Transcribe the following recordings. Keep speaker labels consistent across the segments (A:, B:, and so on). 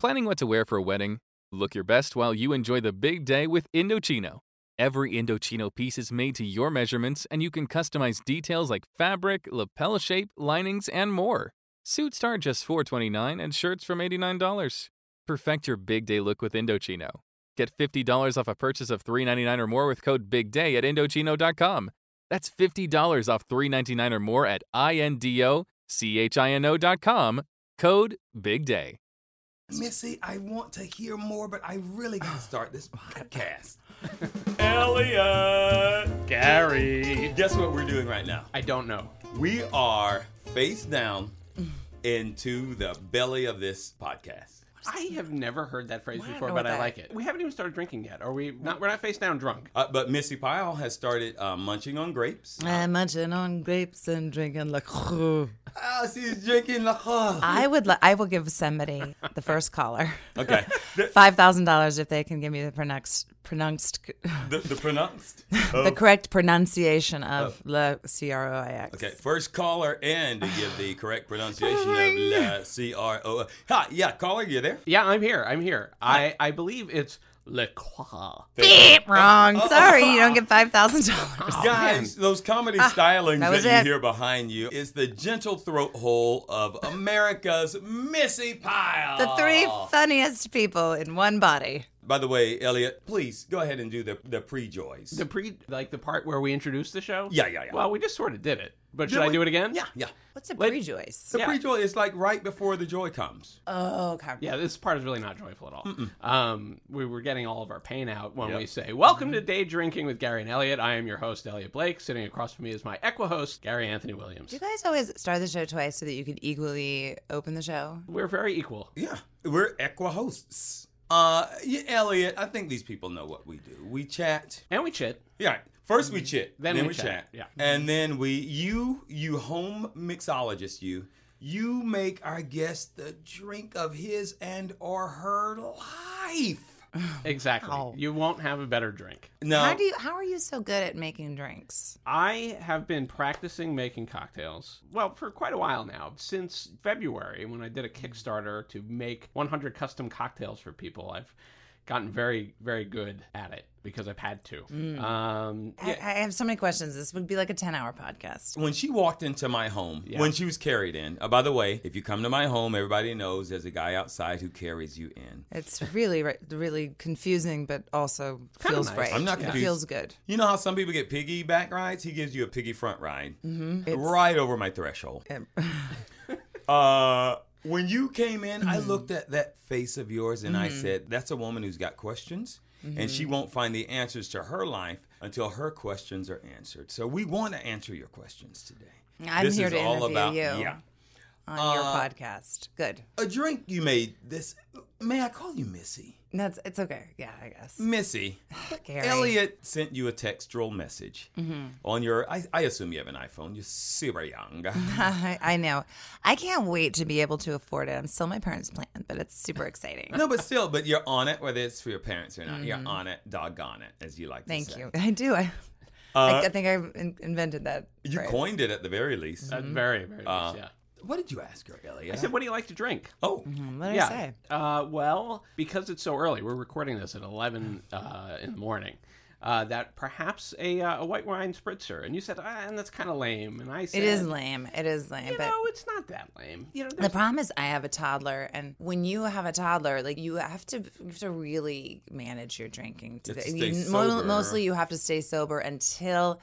A: Planning what to wear for a wedding? Look your best while you enjoy the big day with Indochino. Every Indochino piece is made to your measurements, and you can customize details like fabric, lapel shape, linings, and more. Suits start just $4.29 and shirts from $89. Perfect your big day look with Indochino. Get $50 off a purchase of $3.99 or more with code BIGDAY at Indochino.com. That's $50 off $3.99 or more at INDOCHINO.com. Code BIGDAY.
B: Missy, I want to hear more, but I really gotta start this podcast.
C: Elliot!
D: Gary.
B: Guess what we're doing right now?
D: I don't know.
B: We are face down into the belly of this podcast.
D: I have never heard that phrase
E: Why I
D: before,
E: know
D: but I
E: that.
D: like it. We haven't even started drinking yet. Are we not? We're not face down drunk.
B: Uh, but Missy Pyle has started uh, munching on grapes.
E: I'm munching on grapes and drinking like.
B: Ah, she's drinking la
E: I would. Li- I will give somebody the first caller
B: Okay. The,
E: five thousand dollars if they can give me the pronounced pronounced
B: the, the pronounced.
E: the correct pronunciation of le c r o i x.
B: Oh. Okay, first caller in to give the correct pronunciation of la C R O. Ha, yeah, caller, you there?
D: Yeah, I'm here. I'm here. I I believe it's Le Croix.
E: Beep, wrong.
B: Oh.
E: Sorry, you don't get five thousand dollars.
B: Guys, those comedy stylings
E: Oh, Ah, that
B: that,
E: was
B: you
E: it.
B: hear behind you is the gentle throat hole of America's Missy Pyle.
E: The three funniest people in one body.
B: By the way, Elliot, please go ahead and do the, the pre joys.
D: The pre like the part where we introduce the show.
B: Yeah, yeah, yeah.
D: Well, we just sort of did it, but should I do it again?
B: Yeah, yeah.
E: What's a
D: Wait.
E: prejuice?
B: The
D: Yeah. Uh,
B: pre joy is like right before the joy comes.
E: Oh, okay.
D: Yeah, this part is really not joyful at all. Um, we were getting all of our pain out when we say, Welcome to Day Drinking with Gary and Elliot. I am your host, Elliot Blake. Sitting across from me is my equa host, Gary Anthony Williams.
E: You guys always start the show twice so that you could equally open the show.
D: We're very equal.
B: Yeah, Uh, we're equa hosts. Uh, yeah, Elliot, I think these people know what we do. We chat.
D: And we chit.
B: Yeah. First we chit,
D: Then
B: then,
D: we
B: we, chat.
D: chat, yeah.
B: And then we you you home mixologist you you make our guest the drink of his and or her life.
D: Exactly.
E: Wow.
D: You won't have a better drink.
B: No.
E: How do you? How are you so good at making drinks?
D: I have been practicing making cocktails, well, for quite a while now, since February when I did a Kickstarter to make 100 custom cocktails for people. I've gotten very, very good at it because I've had to.
E: Mm.
D: Um,
E: I, I have so many questions. This would be like a ten-hour podcast.
B: when she walked into my home, when she was carried in. Uh, by the way, if you come to my home, everybody knows there's a guy outside who carries you in.
E: It's really, re- really confusing, but also feels
D: nice.
E: right.
B: I'm not
E: It
B: confused.
E: feels good.
B: You know how some people get piggyback rides? He gives you a piggy front ride.
E: Mm-hmm. It's-
B: Right over my threshold. Uh, when you came in, I
E: Mm-hmm.
B: looked at that face of yours and I said, That's a woman who's got questions, and
E: Mm-hmm.
B: she won't find the answers to her life until her questions are answered. So we want to answer your questions today.
E: I'm
B: This
E: here
B: is
E: to
B: all
E: interview
B: about-
E: you
B: Yeah.
E: on your podcast. Good.
B: A drink you made this. May I call you Missy?
E: That's it's okay. Yeah, I guess.
B: Missy.
E: Gary.
B: Elliot sent you a textual message
E: Mm-hmm.
B: on your. I, I assume you have an iPhone. You're super young.
E: I, I know. I can't wait to be able to afford it. I'm still my parents' plan, but it's super exciting.
B: no, but still, but you're on it, whether it's for your parents or not. You're on it, doggone it, as you like to
E: Mm-hmm. Thank
B: say. Uh,
E: you. I do. I, I, I think I in- invented that.
B: You
E: phrase.
B: coined it at the very least.
E: Mm-hmm.
D: that's uh, very, very nice, yeah.
B: What did you ask her, Elliot?
D: I said, What do you like to drink?
B: oh,
E: What did
D: yeah.
E: I say?
D: Uh, well, because it's so early, we're recording this at 11 uh, in the morning. Uh, that perhaps a, uh, a white wine spritzer, and you said, ah, and that's kind of lame. And I said,
E: It is lame. It is lame.
D: You
E: but
D: know, it's not that lame. You know,
E: the problem is, I have a toddler, and when you have a toddler, like you have to, you have to really manage your drinking. To
B: have
E: the,
B: to stay
E: you- mo-
B: sober.
E: mostly, you have to stay sober until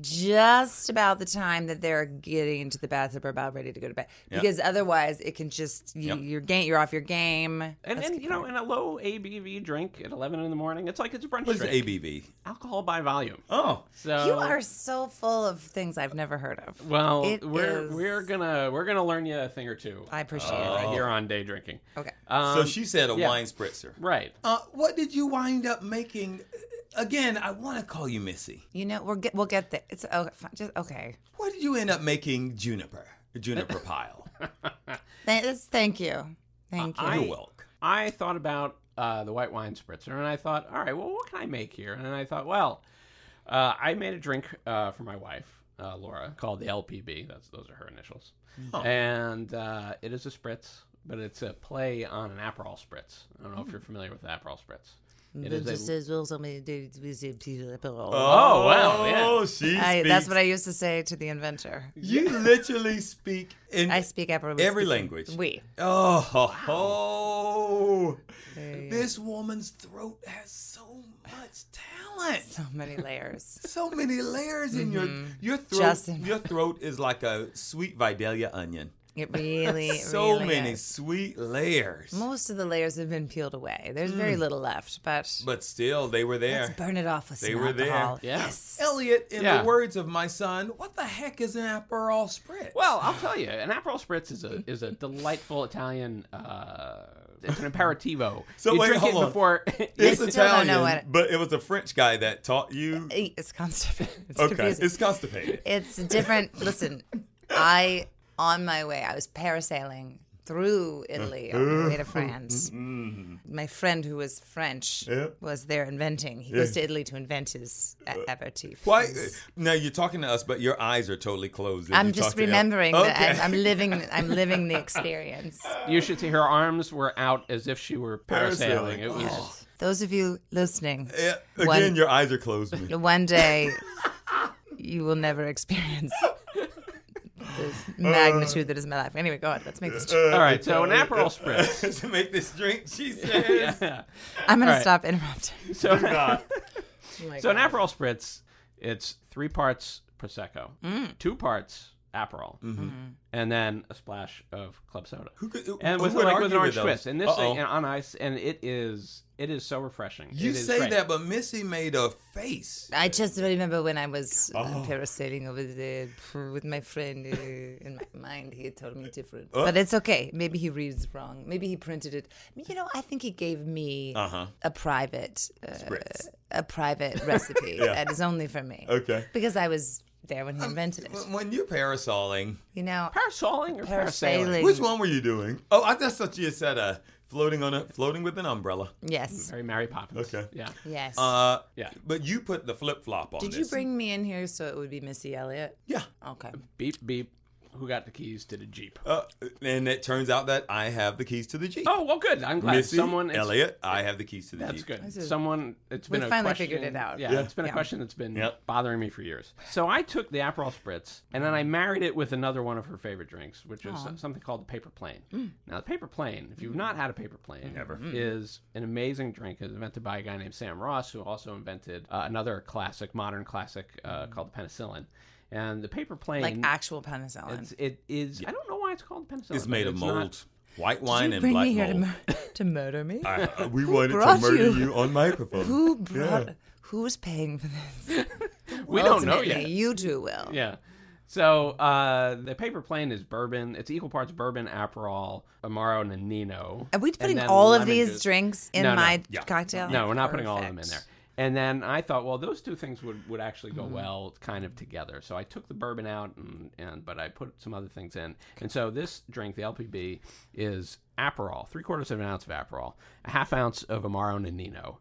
E: just about the time that they're getting into the bathroom or about ready to go to bed, because otherwise, it can just you,
B: Yep.
E: you're game, you're off your game.
D: And, and you know, in a low ABV drink at 11 in the morning, it's like it's a brunch
B: what is
D: drink.
B: ABV?
D: Alcohol by volume.
B: Oh,
D: So
E: You are so full of things I've never heard of.
D: well.
E: It
D: we're
E: is-
D: we're gonna we're gonna learn you a thing or two.
E: I appreciate
B: Uh,
D: right
E: it. Oh.
D: here on day drinking.
E: Okay.
D: Um,
B: so she said a
D: yeah.
B: wine spritzer.
D: right.
B: Uh, what did you wind up making? Again, I want to call you Missy.
E: You know, we're get, we'll get there. It's okay. fine, Just okay.
B: What did you end up making? Juniper, juniper pile.
E: Th- it's- Thank you. Thank you.
D: I-
B: You're welcome.
D: I thought about uh, the white wine spritzer, and I thought, all right, well, what can I make here? And I thought, well, uh, I made a drink uh, for my wife, uh, Laura, called the LPB. That's those are her initials, and uh, it is a spritz but it's a play on an Aperol spritz. I don't know
B: Hmm.
D: if you're familiar with Aperol spritz. It
E: It
D: is a-
E: just says, well, somebody did- did- did- did-
D: Oh, wow, yeah.
B: Oh, she
E: I,
B: speaks.
E: that's what I used to say to the inventor.
B: You literally speak in
E: I speak Aperol.
B: every language.
E: We.
B: Oh, ho, ho.
E: There you go.
B: this woman's throat has so much talent.
E: So many layers.
B: So many layers in your your throat.
E: Mm-hmm. Justin.
B: Your throat is like a sweet Vidalia onion.
E: It really, it
B: So
E: really
B: many
E: is.
B: sweet layers.
E: Most of the layers have been peeled away. There's
B: Mm.
E: very little left, but,
B: But still, they were there.
E: let's burn it off with
B: They
E: some
B: were there.
E: alcohol.
D: Yeah.
E: Yes.
B: Elliot, in
D: Yeah.
B: the words of my son, what the heck is an Aperol spritz?
D: Well, I'll tell you, an Aperol Spritz is a is a delightful Italian. Uh, it's an aperitivo.
B: So
D: you
B: wait,
D: drink
B: hold
D: it
B: on.
D: before.
B: it's
E: still don't
B: Italian,
E: know what-
B: but it was a French guy that taught you.
E: Eh, It's constipated. It's
B: okay,
E: confusing.
B: it's constipated.
E: It's different. Listen, I on my way, I was parasailing through Italy on my way to France.
B: Mm-hmm.
E: My friend who was French
B: Yeah.
E: was there inventing. He goes to Italy to invent his a- aperitif.
B: Uh, Why? Now you're talking to us, but your eyes are totally closed. as
E: I'm
B: you talk
E: just
B: to him.
E: remembering that
B: Okay.
E: I'm, I'm living. I'm living the experience.
D: you should see her arms were out as if she were parasailing.
B: Parasailing.
D: It was.
E: Those of you listening,
B: Yeah, Again,
E: One-
B: your eyes are closed. man.
E: one day you will never experience the
B: Uh,
E: magnitude that is my life. Anyway, go on. Let's make this.
D: All right, so an Aperol Spritz.
B: to make this drink, she says.
D: yeah.
E: I'm going
D: all right.
E: to stop interrupting.
D: So,
E: Oh my
D: so an
E: God.
D: Aperol Spritz, it's three parts Prosecco, two parts Aperol, and then a splash of club soda.
B: Mm-hmm. Who could,
D: and
B: who
D: with
B: would
D: like
B: argue
D: with an orange
B: those?
D: twist, and this thing
B: Uh-oh.
D: and on ice, and it is it is so refreshing.
B: you
D: It is
B: say
D: great.
B: that, but Missy made a face.
E: I just remember when I was uh,
B: Oh.
E: parasailing over there with my friend. Uh, in my mind, he told me different,
B: Oh.
E: but it's okay. Maybe he reads wrong. Maybe he printed it. You know, I think he gave me
B: Uh-huh.
E: a private, uh,
B: Spritz.
E: a private recipe that is only for me.
B: Okay.
E: because I was there when he
B: Um,
E: invented it.
B: When, when you're parasoling,
E: You know,
D: Parasoling or parasailing?
E: parasailing.
B: which one were you doing? Oh, I just thought you said uh, floating on a floating with an umbrella.
E: Yes,
D: Very Mary Poppins.
B: Okay.
D: Yeah.
E: yes.
B: Uh,
D: Yeah.
B: But you put the flip flop on.
E: Did you
B: this.
E: bring me in here so it would be Missy Elliott?
B: Yeah.
E: Okay.
D: Beep beep. Who got the keys to the jeep?
B: Uh, and it turns out that I have the keys to the jeep.
D: Oh well, good. I'm glad
B: Missy,
D: someone. it's-
B: Elliot, I have the keys to the
D: That's
B: jeep.
D: good.
E: is-
D: Someone. It's
E: We
D: been a
E: finally
D: question-
E: figured it out.
D: Yeah,
B: Yeah.
D: It's been a
E: Yeah.
D: question that's been
B: Yep.
D: bothering me for years. So I took the Aperol spritz and then I
E: Mm.
D: married it with another one of her favorite drinks, which is something called the paper plane.
E: Mm.
D: Now the paper plane, if you've not had a paper plane, never is an amazing drink. It's invented by a guy named Sam Ross, who also invented uh, another classic, modern classic uh, called the penicillin. And the paper plane,
E: Mm. Like actual penicillin.
D: it's, it is. I don't know why it's called penicillin.
B: It's
D: but
B: made of
D: not-
B: mold, white wine,
E: Did you
B: and
E: bring
B: black
E: me here to,
B: mold.
E: mur- to murder me?
B: I- I- we wanted to
E: brought
B: murder you,
E: you?
B: on microphone.
E: Who brought? Who's paying for this?
D: we don't know
E: Ultimately,
D: yet.
E: You two will.
D: Yeah. So uh, the paper plane is bourbon. It's equal parts bourbon, Aperol, Amaro, Nannino.
E: Are we
D: and
E: putting
D: then
E: all of
D: lemon
E: these
D: juice.
E: drinks in
D: No, no.
E: my
B: Yeah.
E: cocktail?
D: No, we're not putting all of them in there.
E: Perfect.
D: And then I thought, well, those two things would, would actually go well kind of together. So I took the bourbon out, and, and but I put some other things in. And so this drink, the LPB, is Aperol, three quarters of an ounce of Aperol, a half ounce of Amaro Nannino,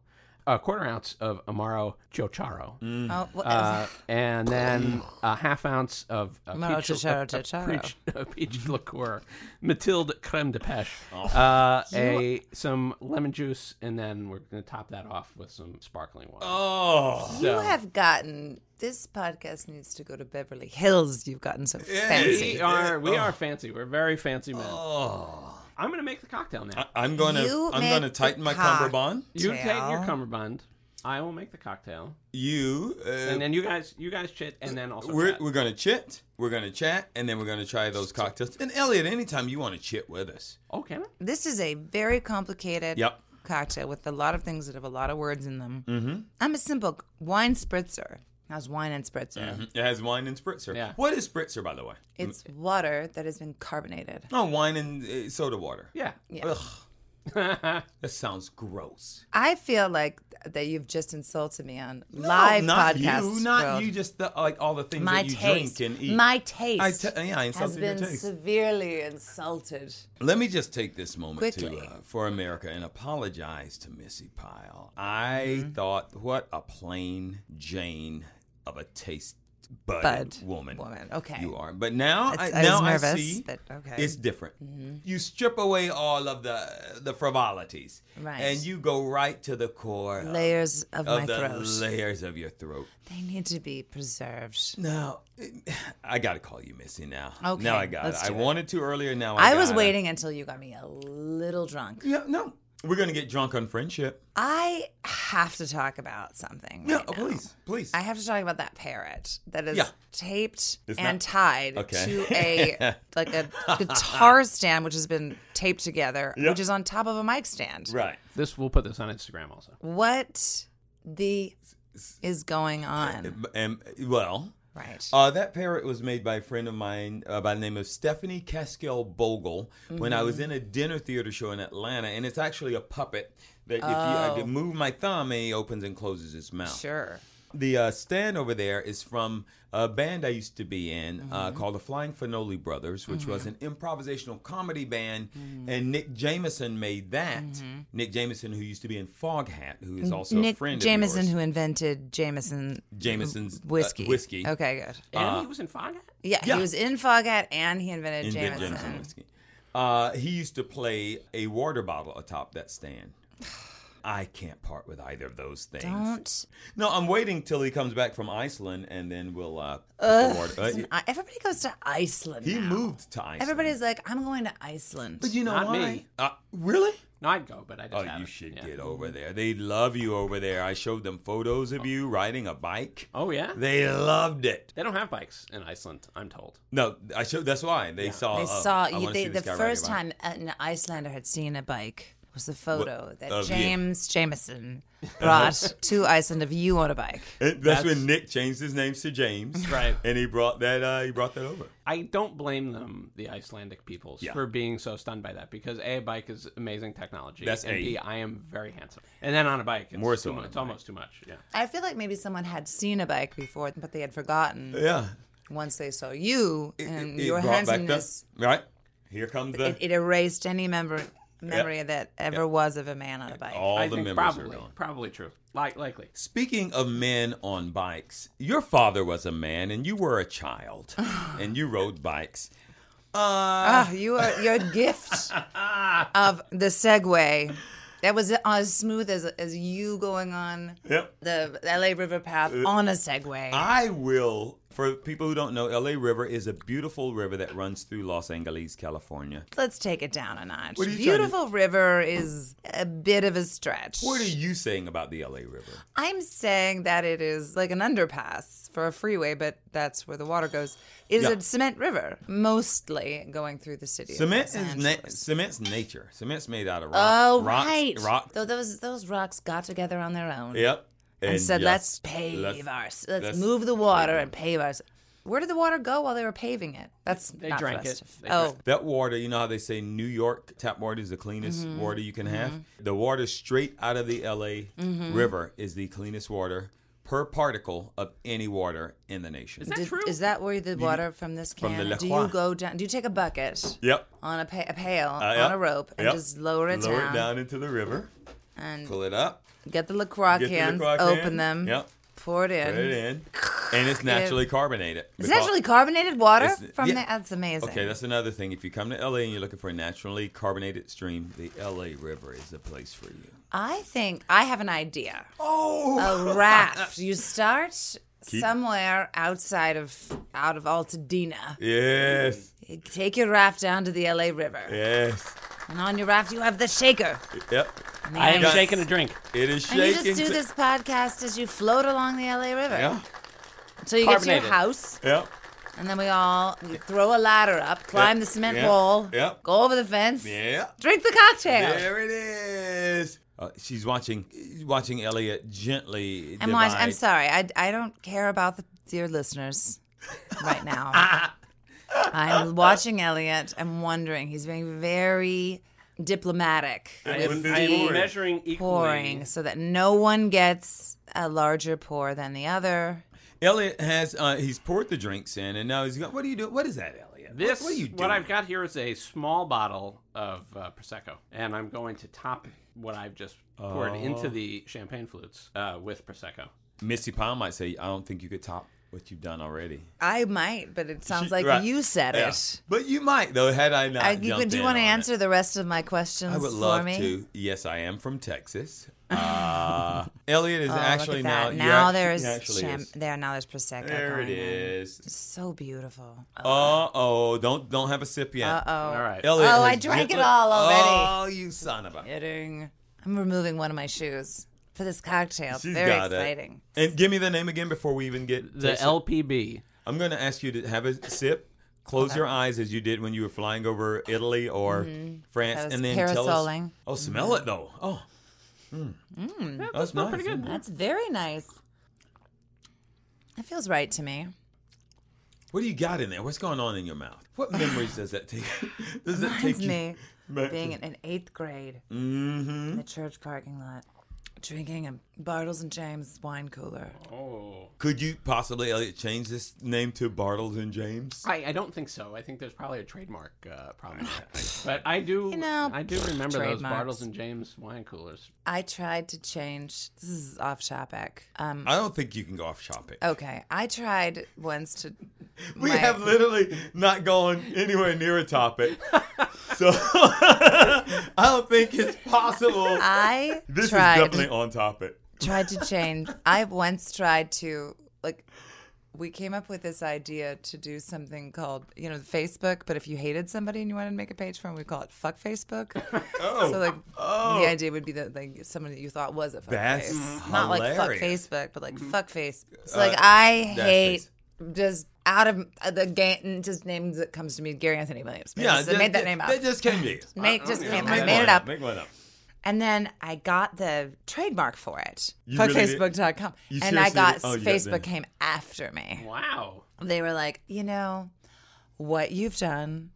D: a quarter ounce of Amaro Chiocharo,
E: Oh, what,
D: uh, and then a half ounce of uh,
E: Maro
D: peach,
E: Chicharo
D: a- a
E: Chicharo.
D: peach, a peach liqueur, Mathilde creme de pêche, uh, a some lemon juice, and then we're going to top that off with some sparkling wine.
B: Oh,
E: you
D: so-
E: have gotten this podcast needs to go to Beverly Hills. You've gotten so
B: Yeah.
E: fancy.
D: we are we are fancy. We're very fancy men. Oh.
B: Oh.
D: Uh, I'm going to make the cocktail now.
B: I'm gonna
E: You
B: I'm
E: make
B: gonna
E: the
B: tighten my
E: cock.
B: cummerbund.
D: you take your
E: Tail.
D: cummerbund. I will make the cocktail,
B: You, uh,
D: and then you guys you guys chit, and then also
B: we're
D: chat.
B: we're gonna chit, we're gonna chat, and then we're gonna try those cocktails. And Elliot, anytime you want to chit with us,
D: oh can I?
E: This is a very complicated
B: Yep.
E: cocktail with a lot of things that have a lot of words in them. Mm-hmm. I'm a simple wine spritzer. How's wine and spritzer?
B: it has wine and spritzer.
D: Yeah.
B: What is spritzer, by the way?
E: It's water that has been carbonated.
B: Oh, wine and uh, soda water.
D: Yeah.
B: Ugh, that sounds gross.
E: I feel like th- that you've just insulted me on live
B: no, not
E: podcast.
B: you, not
E: world.
B: you. Just the, like all the things
E: My
B: that you
E: taste,
B: drink and eat.
E: my taste,
B: I te- yeah, I
E: has
B: insulted your
E: been
B: taste.
E: severely insulted.
B: Let me just take this moment
E: Quickly.
B: to uh, for America and apologize to Missy
E: Mm-hmm.
B: Pyle. I thought, what a plain Jane of a taste bud,
E: Bud
B: woman.
E: woman. Okay.
B: You are. But now, I,
E: It's- I was
B: now I
E: nervous,
B: see
E: but okay. Mm-hmm.
B: it's different. You strip away all of the the frivolities,
E: Right.
B: and you go right to the core of-
E: Layers of,
B: of
E: my
B: the
E: throat.
B: layers of your throat.
E: they need to be preserved.
B: Now, I gotta call you Missy now.
E: Okay,
B: now I got
E: let's
B: it. I
E: do it.
B: wanted to earlier. Now I,
E: I was
B: gotta.
E: waiting until you got me a little drunk.
B: No, no, we're gonna get drunk on friendship.
E: I have to talk about something.
B: No,
E: right now.
B: oh, please, please.
E: I have to talk about that parrot that is
B: Yeah.
E: taped
B: It's
E: and
B: not-
E: tied
B: Okay.
E: to a like a guitar stand which has been taped together, which is on top of a mic stand.
B: right.
D: This we'll put this on Instagram also.
E: What the is going on?
B: And um, well,
E: Right.
B: Uh, that parrot was made by a friend of mine uh, by the name of Stephanie Caskel Bogle when I
E: Mm-hmm.
B: was in a dinner theater show in Atlanta, and it's actually a puppet that if you I
E: Oh.
B: could move my thumb, and he opens and closes his mouth.
E: Sure.
B: The uh, stand over there is from a band I used to be in uh,
E: Mm-hmm.
B: called the Flying Finoli Brothers, which was an improvisational comedy band,
E: Mm-hmm.
B: and Nick Jameson made that. Nick Jameson, who used to be in Foghat, who is also a
E: Nick
B: friend
E: Jameson,
B: of yours.
E: who invented Jameson
B: Jameson's uh,
E: whiskey.
B: whiskey.
E: Okay, good.
D: And he was in Foghat.
E: Yeah,
B: Yeah.
E: he was in Foghat and he invented
B: in Jameson.
E: Jameson.
B: Jameson whiskey. Uh, he used to play a water bottle atop that stand. I can't part with either of those things.
E: Don't.
B: No, I'm waiting till he comes back from Iceland, and then we'll. Uh, put the water- uh,
E: I- Everybody goes to Iceland.
B: he
E: now.
B: moved to Iceland.
E: Everybody's like, I'm going to Iceland.
B: But you know
D: Not
B: why?
D: me.
B: Uh, really?
D: No, I'd go, but I just
B: Oh, you
D: haven't.
B: should
D: Yeah.
B: get over there. They love you over there. I showed them photos of you riding a bike.
D: Oh yeah.
B: They loved it.
D: They don't have bikes in Iceland, I'm told.
B: No, I showed. That's why they saw.
E: They
B: uh,
E: saw
B: I
E: you,
B: wanna
E: they,
B: see this
E: the
B: guy riding a
E: first
B: bike.
E: time an Icelander had seen a bike was the photo that
B: of you.
E: James Jameson brought to Iceland of you on a bike.
B: And that's, when Nick changed his names to James,
D: Right.
B: And he brought that uh, he brought that over.
D: I don't blame them, the Icelandic peoples,
B: Yeah.
D: for being so stunned by that because a, a bike is amazing technology.
B: That's
D: and
B: A.
D: B, I am very handsome, and then on a bike, it's
B: More
D: more
B: so
D: so
B: on a
D: it's
B: bike.
D: almost too much. Yeah.
E: I feel like maybe someone had seen a bike before, but they had forgotten
B: Yeah,
E: once they saw you
B: It-
E: and
B: it- it
E: your
B: brought back the-
E: handsomeness.
B: right. Here comes the
E: It, it erased any member, memory that ever was of a man on a bike.
B: all
D: I
B: the
D: think
B: members are
D: probably,
B: gone.
D: probably true. Like likely.
B: Speaking of men on bikes, your father was a man and you were a child, and you rode bikes.
E: Ah, you are your gift of the segue. That was as smooth as as you going on
B: Yep.
E: the LA River Path on a segue.
B: Uh, I will. For people who don't know, LA River is a beautiful river that runs through Los Angeles, California.
E: Let's take it down a notch.
B: are you trying to-
E: Beautiful River is a bit of a stretch.
B: What are you saying about the LA River?
E: I'm saying that it is like an underpass for a freeway, but that's where the water goes. It is
B: Yeah.
E: a cement river, mostly going through the city. of
B: Cement
E: Los
B: is na-
E: Angeles.
B: cement's nature. Cement's made out of rock.
E: Oh
B: rocks,
E: right,
B: Rock.
E: Though those those rocks got together on their own.
B: Yep.
E: and said,
B: yes,
E: "Let's pave
B: let's-
E: our, let's,
B: let's
E: move the water and pave our." Where did the water go while they were paving it? That's
D: They
E: not
D: drank
E: for us
D: it.
E: to-
D: They
E: oh,
D: drank
B: That water, you know how they say New York tap water is the cleanest
E: Mm-hmm.
B: water you can have? The water straight out of the LA
E: Mm-hmm.
B: River is the cleanest water per particle of any water in the nation.
D: Is that
E: Did-
D: true?
E: is that where the water from this
B: from
E: can?
B: the La
E: do
B: Croix.
E: you go down? Do you take a bucket
B: yep.
E: on a, pa- a pail
B: yep,
E: on a rope and
B: yep.
E: just lower it
B: Uh, Lower
E: down,
B: it down into the river.
E: and
B: Pull it up.
E: get the Lacroix
B: Get the
E: cans,
B: LaCroix can,
E: open them,
B: yep.
E: pour it in.
B: Put it in. And it's naturally carbonated.
E: Is it
B: because-
E: actually carbonated water
B: It's-
E: from
B: yeah.
E: the? That's amazing.
B: Okay, that's another thing. If you come to LA and you're looking for a naturally carbonated stream, the LA River is the place for you.
E: I think I have an idea.
B: Oh!
E: a raft. You start somewhere outside of out of Altadena.
B: Yes.
E: You Take your raft down to the LA River,
B: Yes.
E: and on your raft you have the shaker.
B: Yep.
E: And the
D: I am
E: ice.
D: shaking a drink.
B: It is
E: And
B: shaking.
E: you just do
B: to-
E: this podcast as you float along the LA River
B: Yeah.
E: until you get to your
D: Carbonated.
E: house,
B: Yep.
E: and then we all we throw a ladder up, climb the cement
B: Yeah.
E: wall,
B: Yeah.
E: go over the fence,
B: Yeah.
E: drink the cocktail.
B: There it is. Uh, she's watching watching Elliot gently.
E: I'm, watch- I'm
B: divide-
E: sorry. I, I don't care about the dear listeners right now. I'm watching Elliot. I'm wondering. He's being very diplomatic
D: I
E: with
D: am,
B: wouldn't
D: I am
B: boring.
E: the
D: measuring equally.
E: pouring so that no one gets a larger pour than the other.
B: Elliot has uh, he's poured the drinks in, and now he's got. What are you doing? What is that, Elliot?
D: This
B: What, what are you doing?
D: what I've got here is a small bottle of uh, prosecco, and I'm going to top what I've just
B: Oh.
D: poured into the champagne flutes uh, with prosecco.
B: Missy Powell might say, "I don't think you could top what you've done already.
E: I might, but it sounds
B: She-
E: like
B: right.
E: you said
B: Yeah.
E: it.
B: But you might though. Had I not,
E: I, you,
B: jumped
E: do you
B: in
E: want to
B: on it.
E: answer the rest of my questions
B: I would
E: for
B: love
E: me? Oh,
B: to. Yes, I am from Texas. Uh, Elliot is
E: Oh, look at
B: actually now.
E: that.
B: you
E: now
B: actu-
E: there's
B: you actually
E: cham-
B: is.
E: there now there's prosecco.
B: There it
E: going in.
B: is.
E: So beautiful.
B: Uh oh! Don't don't have a sip yet.
E: Uh oh.
D: All right.
B: Elliot
E: Oh, I
B: has
E: drank
B: just-
E: it all already.
B: Oh, you son of a!
E: Kidding. I'm removing one of my shoes for this cocktail.
B: She's
E: Very
B: got
E: exciting.
B: it. And give me the name again before we even get
D: The
B: taste it.
D: LPB.
B: I'm going to ask you to have a sip. Close your eyes as you did when you were flying over Italy or France,
E: I Mm-hmm. was
B: and then tell us.
E: parasoling. Mm.
B: Oh, smell it though. Oh,
D: Yeah,
B: that's
D: that's not
B: nice,
D: pretty
B: isn't
D: good.
E: That's very nice. It feels right to me.
B: what do you got in there? What's going on in your mouth? What memories does that take? does that take
E: Reminds
B: you?
E: me
B: back
E: being
B: to-
E: in, in eighth grade
B: Mm-hmm.
E: in the church parking lot, drinking a Bartles and James wine cooler.
D: Oh.
B: Could you possibly, Elliot, change this name to Bartles and James?
D: I, I don't think so. I think there's probably a trademark uh, problem. with that. but I do
E: You know,
D: I do remember those
E: trademarks.
D: Bartles and James wine coolers.
E: I tried to change. This is off topic. Um,
B: I don't think you can go off shopping.
E: okay, I tried once to.
B: we
E: Oh, my-
B: have literally not gone anywhere near a topic. so I don't think it's possible.
E: I
B: This
E: tried
B: is definitely on topic.
E: tried to change. I once tried to like. We came up with this idea to do something called, you know, Facebook. But if you hated somebody and you wanted to make a page for them, we call it "fuck Facebook."
B: Oh,
E: So like,
B: oh.
E: the idea would be that like someone that you thought was a fuck
B: That's
E: face, not like fuck
B: hilarious. Mm-hmm. Uh,
E: Facebook, but like fuck face. So like, I
B: that's
E: hate just out of uh, the game, just names that comes to me, Gary Anthony Williams. I just made that name up.
B: That just came to you.
E: Make- just
B: Yeah,
E: came- I
B: make
E: made
B: one
E: it up.
B: Make one up.
E: And then I got the trademark for it.
B: You
E: Fuck
B: really did?
E: Facebook.com.
B: You
E: And I
B: seriously
E: got
B: did? Oh, you got
E: Facebook
B: them.
E: came after me.
D: Wow.
E: They were like, you know, what you've done.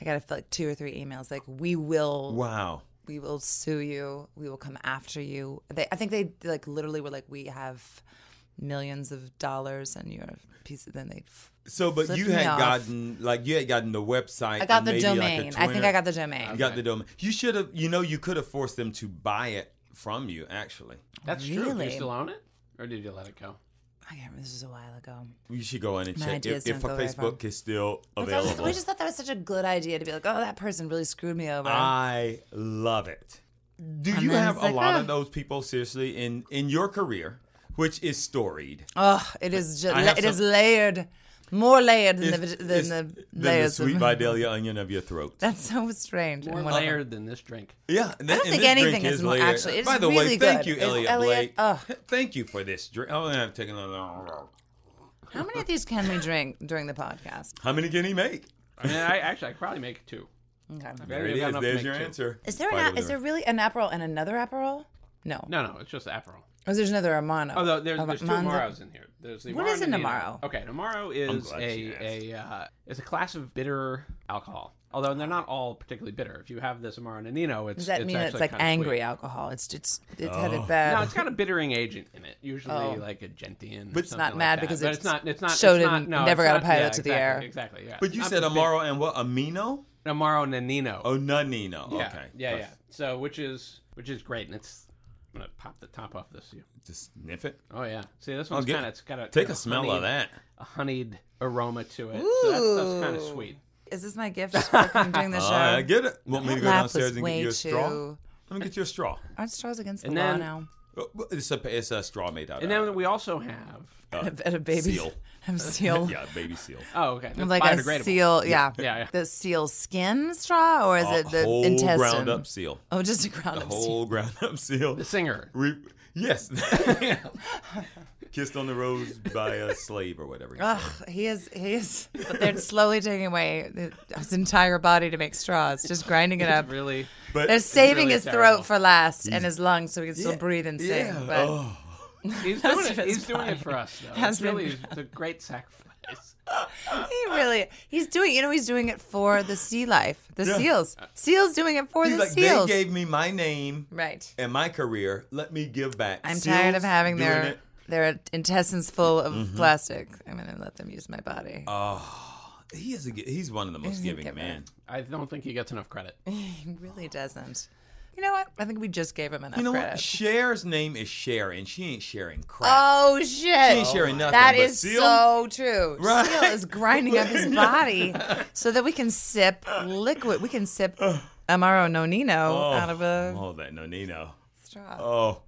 E: I got like two or three emails like we will
B: Wow.
E: we will sue you. We will come after you. They, I think they like literally were like we have millions of dollars and you're a piece of then they
B: So, but
E: Flipped
B: you
E: me
B: had
E: off.
B: gotten like you had gotten the website.
E: I got
B: and
E: the
B: maybe, like, a
E: domain. I think
B: Twitter.
E: I got the domain.
B: You got the domain. You should have. You know, you could have forced them to buy it from you. Actually,
D: That's true. Do
E: Really?
D: you still own it? Or did you let it go?
E: I can't remember this was a while ago.
B: you should go in and
E: My
B: check
E: ideas
B: if, if
E: don't go very
B: Facebook is still
E: But that was-
B: available.
E: I just thought that was such a good idea to be like, oh, that person really screwed me over.
B: Ah, I love it. Do
E: And
B: you
E: then
B: have a
E: it's like,
B: lot
E: ah.
B: of those people seriously in in your career, which is storied?
E: Oh, it is just
B: I
E: la-
B: have
E: it is
B: some-
E: layered, more layered than
B: It's-
E: the than
B: it's-
E: the
B: than
E: layers. of-
B: sweet Vidalia onion of your throat.
E: That's so strange.
D: More
E: and wonderful.
D: layered than this drink.
B: Yeah, I
E: don't think anything is more- actually, it's
B: By the way,
E: really
B: thank
E: good.
B: you,
E: It's
B: Elliot,
E: Elliot- oh.
B: Blake.
E: ugh.
B: Thank you for this drink. Oh, I'm taking another.
E: How many of these can we drink during the podcast?
B: How many can he make?
D: I mean, I actually I could probably make two.
E: Okay.
D: I
B: There it
D: think I've got
B: is.
D: enough to
B: There's
D: make
B: your
D: two.
B: answer.
E: Is there
B: Fight
E: an
B: over
E: is
B: the-
E: there really an aperol and another aperol? No.
D: No, no, it's just Aperol.
E: Oh, there's another Oh, Amano.
D: Although there's,
E: Ama-
D: there's two
E: Manza-
D: Amaros in here. There's the
E: What
D: Amaro
E: is an
D: and the
E: Amaro?
D: Amaro. Okay, an Amaro
B: I'm
D: is
B: glad she
D: a a uh, is a class of bitter alcohol. Although they're not all particularly bitter. If you have this Amaro Nonino, it's
E: Does that
D: it's
E: mean it's
D: actually
E: like
D: kinda
E: angry
D: sweet.
E: alcohol? It's it's it's
B: Oh.
E: headed
D: No,
E: bad.
D: it's got a bittering agent in it. Usually
E: Oh.
D: like a gentian.
B: But
D: But
B: it's
D: it's
E: not mad because
D: but
E: it's
D: it's not. It's not.
E: showed
D: it's
E: it
D: not,
E: and
D: no,
E: never
D: it's
E: got
D: not-
E: a pilot
D: yeah,
E: to the
D: exactly,
E: air.
D: Exactly. Yeah.
B: But you
D: Not
B: said
D: big-
B: Amaro and what? Amino?
D: Amaro Nonino.
B: Oh, Nonino.
D: yeah,
B: Okay.
D: Yeah, yeah. So which is which is great, and it's. I'm gonna pop the top off this. You.
B: Just sniff it.
D: Oh yeah. See, this one's
B: get-
D: kind of. It's got a
B: Take
D: kinda
B: a smell
D: honeyed-
B: of that.
D: a honeyed aroma to it. So that's, that's kind of
E: Ooh.
D: sweet.
E: Is this my gift for from doing the
B: All
E: show?
B: right, I get it. Want Oh, me to go
E: Laugh
B: downstairs
E: Um,
B: and
E: was
B: get
E: way
B: you a straw?
E: too-
B: Let me get you a straw.
E: Aren't straws against the
D: And
E: law
D: then-
E: now?
B: Uh, It's a, it's a straw made out
D: And
B: of
D: then we also have.
E: At a- at a baby
B: Uh, seal.
E: I'm seal.
B: yeah, baby seal.
D: Oh, okay. That's
E: like a
D: biodegradable.
E: seal, yeah.
D: Yeah, yeah.
E: The seal skin straw, or is
B: A
E: it Uh, the
B: whole
E: intestine?
B: ground up seal.
E: Oh, just a ground
B: The
E: up seal.
B: whole ground up seal.
D: The singer.
B: We, yes. Kissed on the rose by a slave or whatever.
E: Ugh, he is, he is. But they're slowly taking away the- his entire body to make straws, just grinding it up.
D: Really.
B: But
E: They're saving
D: really
E: his
D: terrible.
E: throat for last and his lungs so he can still
B: Yeah,
E: breathe and sing.
B: yeah.
E: But
B: Oh.
D: He's
E: That's
D: doing it.
E: just
D: He's doing it for us. Though.
E: Has
D: It's really
E: been-
D: it's a great sacrifice.
E: he really, he's doing, you know, he's doing it for the sea life, the
B: Yeah.
E: seals. Seals doing it for
B: He's
E: the
B: like,
E: seals.
B: they gave me my name
E: right.
B: and my career. Let me give back.
E: I'm
B: Seals
E: tired of having
B: doing
E: their
B: it. Mm-hmm.
E: their intestines full of plastic. I'm going to let them use my body.
B: Uh, He is a, g- he's one of the most
E: He's a
B: giving
E: giver.
B: men.
D: I don't think he gets enough credit.
E: he really doesn't. You know what? I think we just gave him enough
B: You know
E: credit.
B: what? Cher's name is Cher, and she ain't sharing crap.
E: Oh shit!
B: She ain't sharing nothing.
E: That
B: but
E: is
B: Seal,
E: so true.
B: Right.
E: Seal is grinding up his body so that we can sip liquid. We can sip Amaro Nonino
B: Oh,
E: out of a
B: oh, that Nonino.
E: straw.
B: Oh.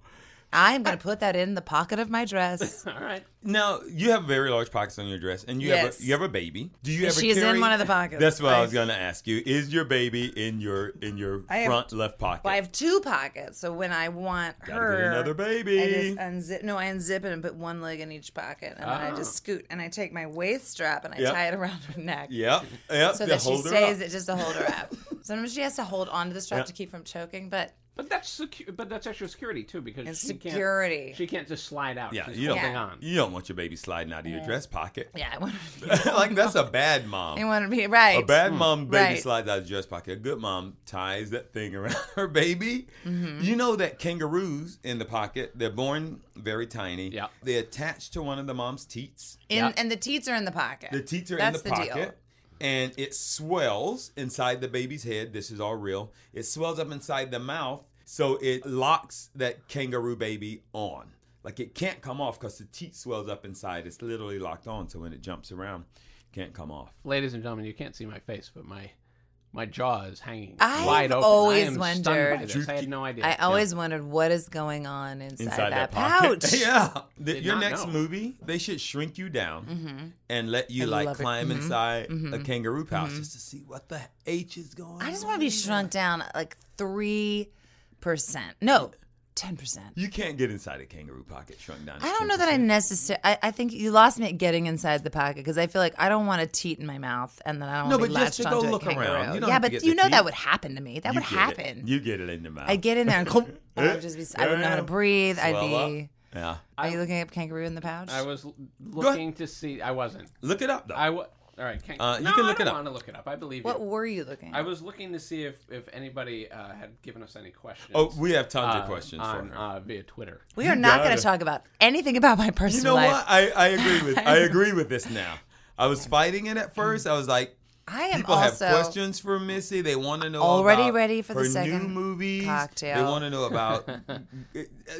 E: I'm gonna put that in the pocket of my dress.
D: All right.
B: Now you have very large pockets on your dress, and you have
E: Yes.
B: a, you have a baby. Do you ever?
E: She is in
B: carry-
E: one of the pockets.
B: That's what I was
E: I-
B: gonna ask you. Is your baby in your in your
E: I have-
B: front left pocket?
E: Well, I have two pockets, so when I want
B: Gotta
E: her,
B: get another baby.
E: I just unzip. No, I unzip it and put one leg in each pocket, and then I just scoot and I take my waist strap and I
B: Ah. Yep.
E: tie it around her neck.
B: Yep, yep.
E: So
B: to
E: that she
B: hold her
E: stays,
B: up.
E: it just to hold her up. Sometimes she has to hold onto the strap
B: Yeah.
E: to keep from choking, but
D: But that's secure. But that's extra security too, because
E: It's
D: she
E: security.
D: Can't, she can't just slide out.
B: Yeah,
D: She's
B: you don't.
D: holding
E: Yeah.
D: on.
B: You don't want your baby sliding out of your dress pocket.
E: yeah, I want her to be
B: like that's a bad mom.
E: You want to be right.
B: A bad mom baby
E: Right.
B: slides out of the dress pocket. A good mom ties that thing around her baby.
E: Mm-hmm.
B: You know that kangaroos in the pocket, they're born very tiny.
D: Yeah.
B: They're attached to one of the mom's teats.
E: in,
D: Yeah.
E: And the teats are in the pocket.
B: The teats are
E: That's
B: in the,
E: the
B: pocket.
E: deal.
B: And it swells inside the baby's head. This is all real. It swells up inside the mouth. So it locks that kangaroo baby on. Like it can't come off because the teat swells up inside. It's literally locked on. So when it jumps around, it can't come off.
D: Ladies and gentlemen, you can't see my face, but my my jaw is hanging
E: I've
D: wide open.
E: always
D: I am
E: wondered-
D: Stunned by this. I had no idea.
E: I always wondered what is going on inside,
B: inside that,
E: that,
B: pocket.
E: pouch.
B: yeah. The-
D: Did
B: your
D: not
B: next
D: know.
B: movie, they should shrink you down and let you
E: Mm-hmm. I
B: like
E: love it.
B: climb
E: Mhm.
B: inside a kangaroo pouch just to see what the H is going.
E: I just
B: on
E: want to be
B: in
E: shrunk down like 3%. No, 10%.
B: there. You can't get inside a kangaroo pocket shrunk down. to
E: I don't know that I
B: 10%.
E: necessarily. I, I think you lost me at getting inside the pocket because I feel like I don't want a teat in my mouth and then I don't
B: No,
E: want to be
B: but just
E: latched
B: to go
E: onto a
B: look around.
E: kangaroo.
B: You don't
E: yeah,
B: have to
E: but
B: get
E: you
B: the
E: know that
B: teat.
E: would happen to me. That
B: You
E: would
B: get it.
E: happen.
B: You get it in the mouth.
E: I'd get in there and I would just be. I wouldn't know how to breathe. I'd
B: Swell
E: be.
B: up. Yeah.
E: Are you looking up kangaroo in the pouch?
D: I was l- looking to see. I wasn't.
B: Look it up though.
D: I wa- All right. Can,
B: Uh, you
D: no,
B: can
D: I
B: look it
D: don't
B: up.
D: want to look it up. I believe
E: what
D: you.
E: were you looking?
D: I was looking to see if if anybody uh, had given us any questions.
B: oh, we have tons
D: uh,
B: of questions
D: on,
B: for her.
D: uh, via Twitter.
E: we are not going
B: gotta-
E: to talk about anything about my personal
B: You know what?
E: life.
B: I, I agree with I agree with this now. I was fighting it at first. I was like,
E: I am
B: people have
E: also
B: questions for Missy. They want to know
E: Already
B: about
E: ready for the
B: her new
E: second
B: movies.
E: cocktail.
B: They want to know about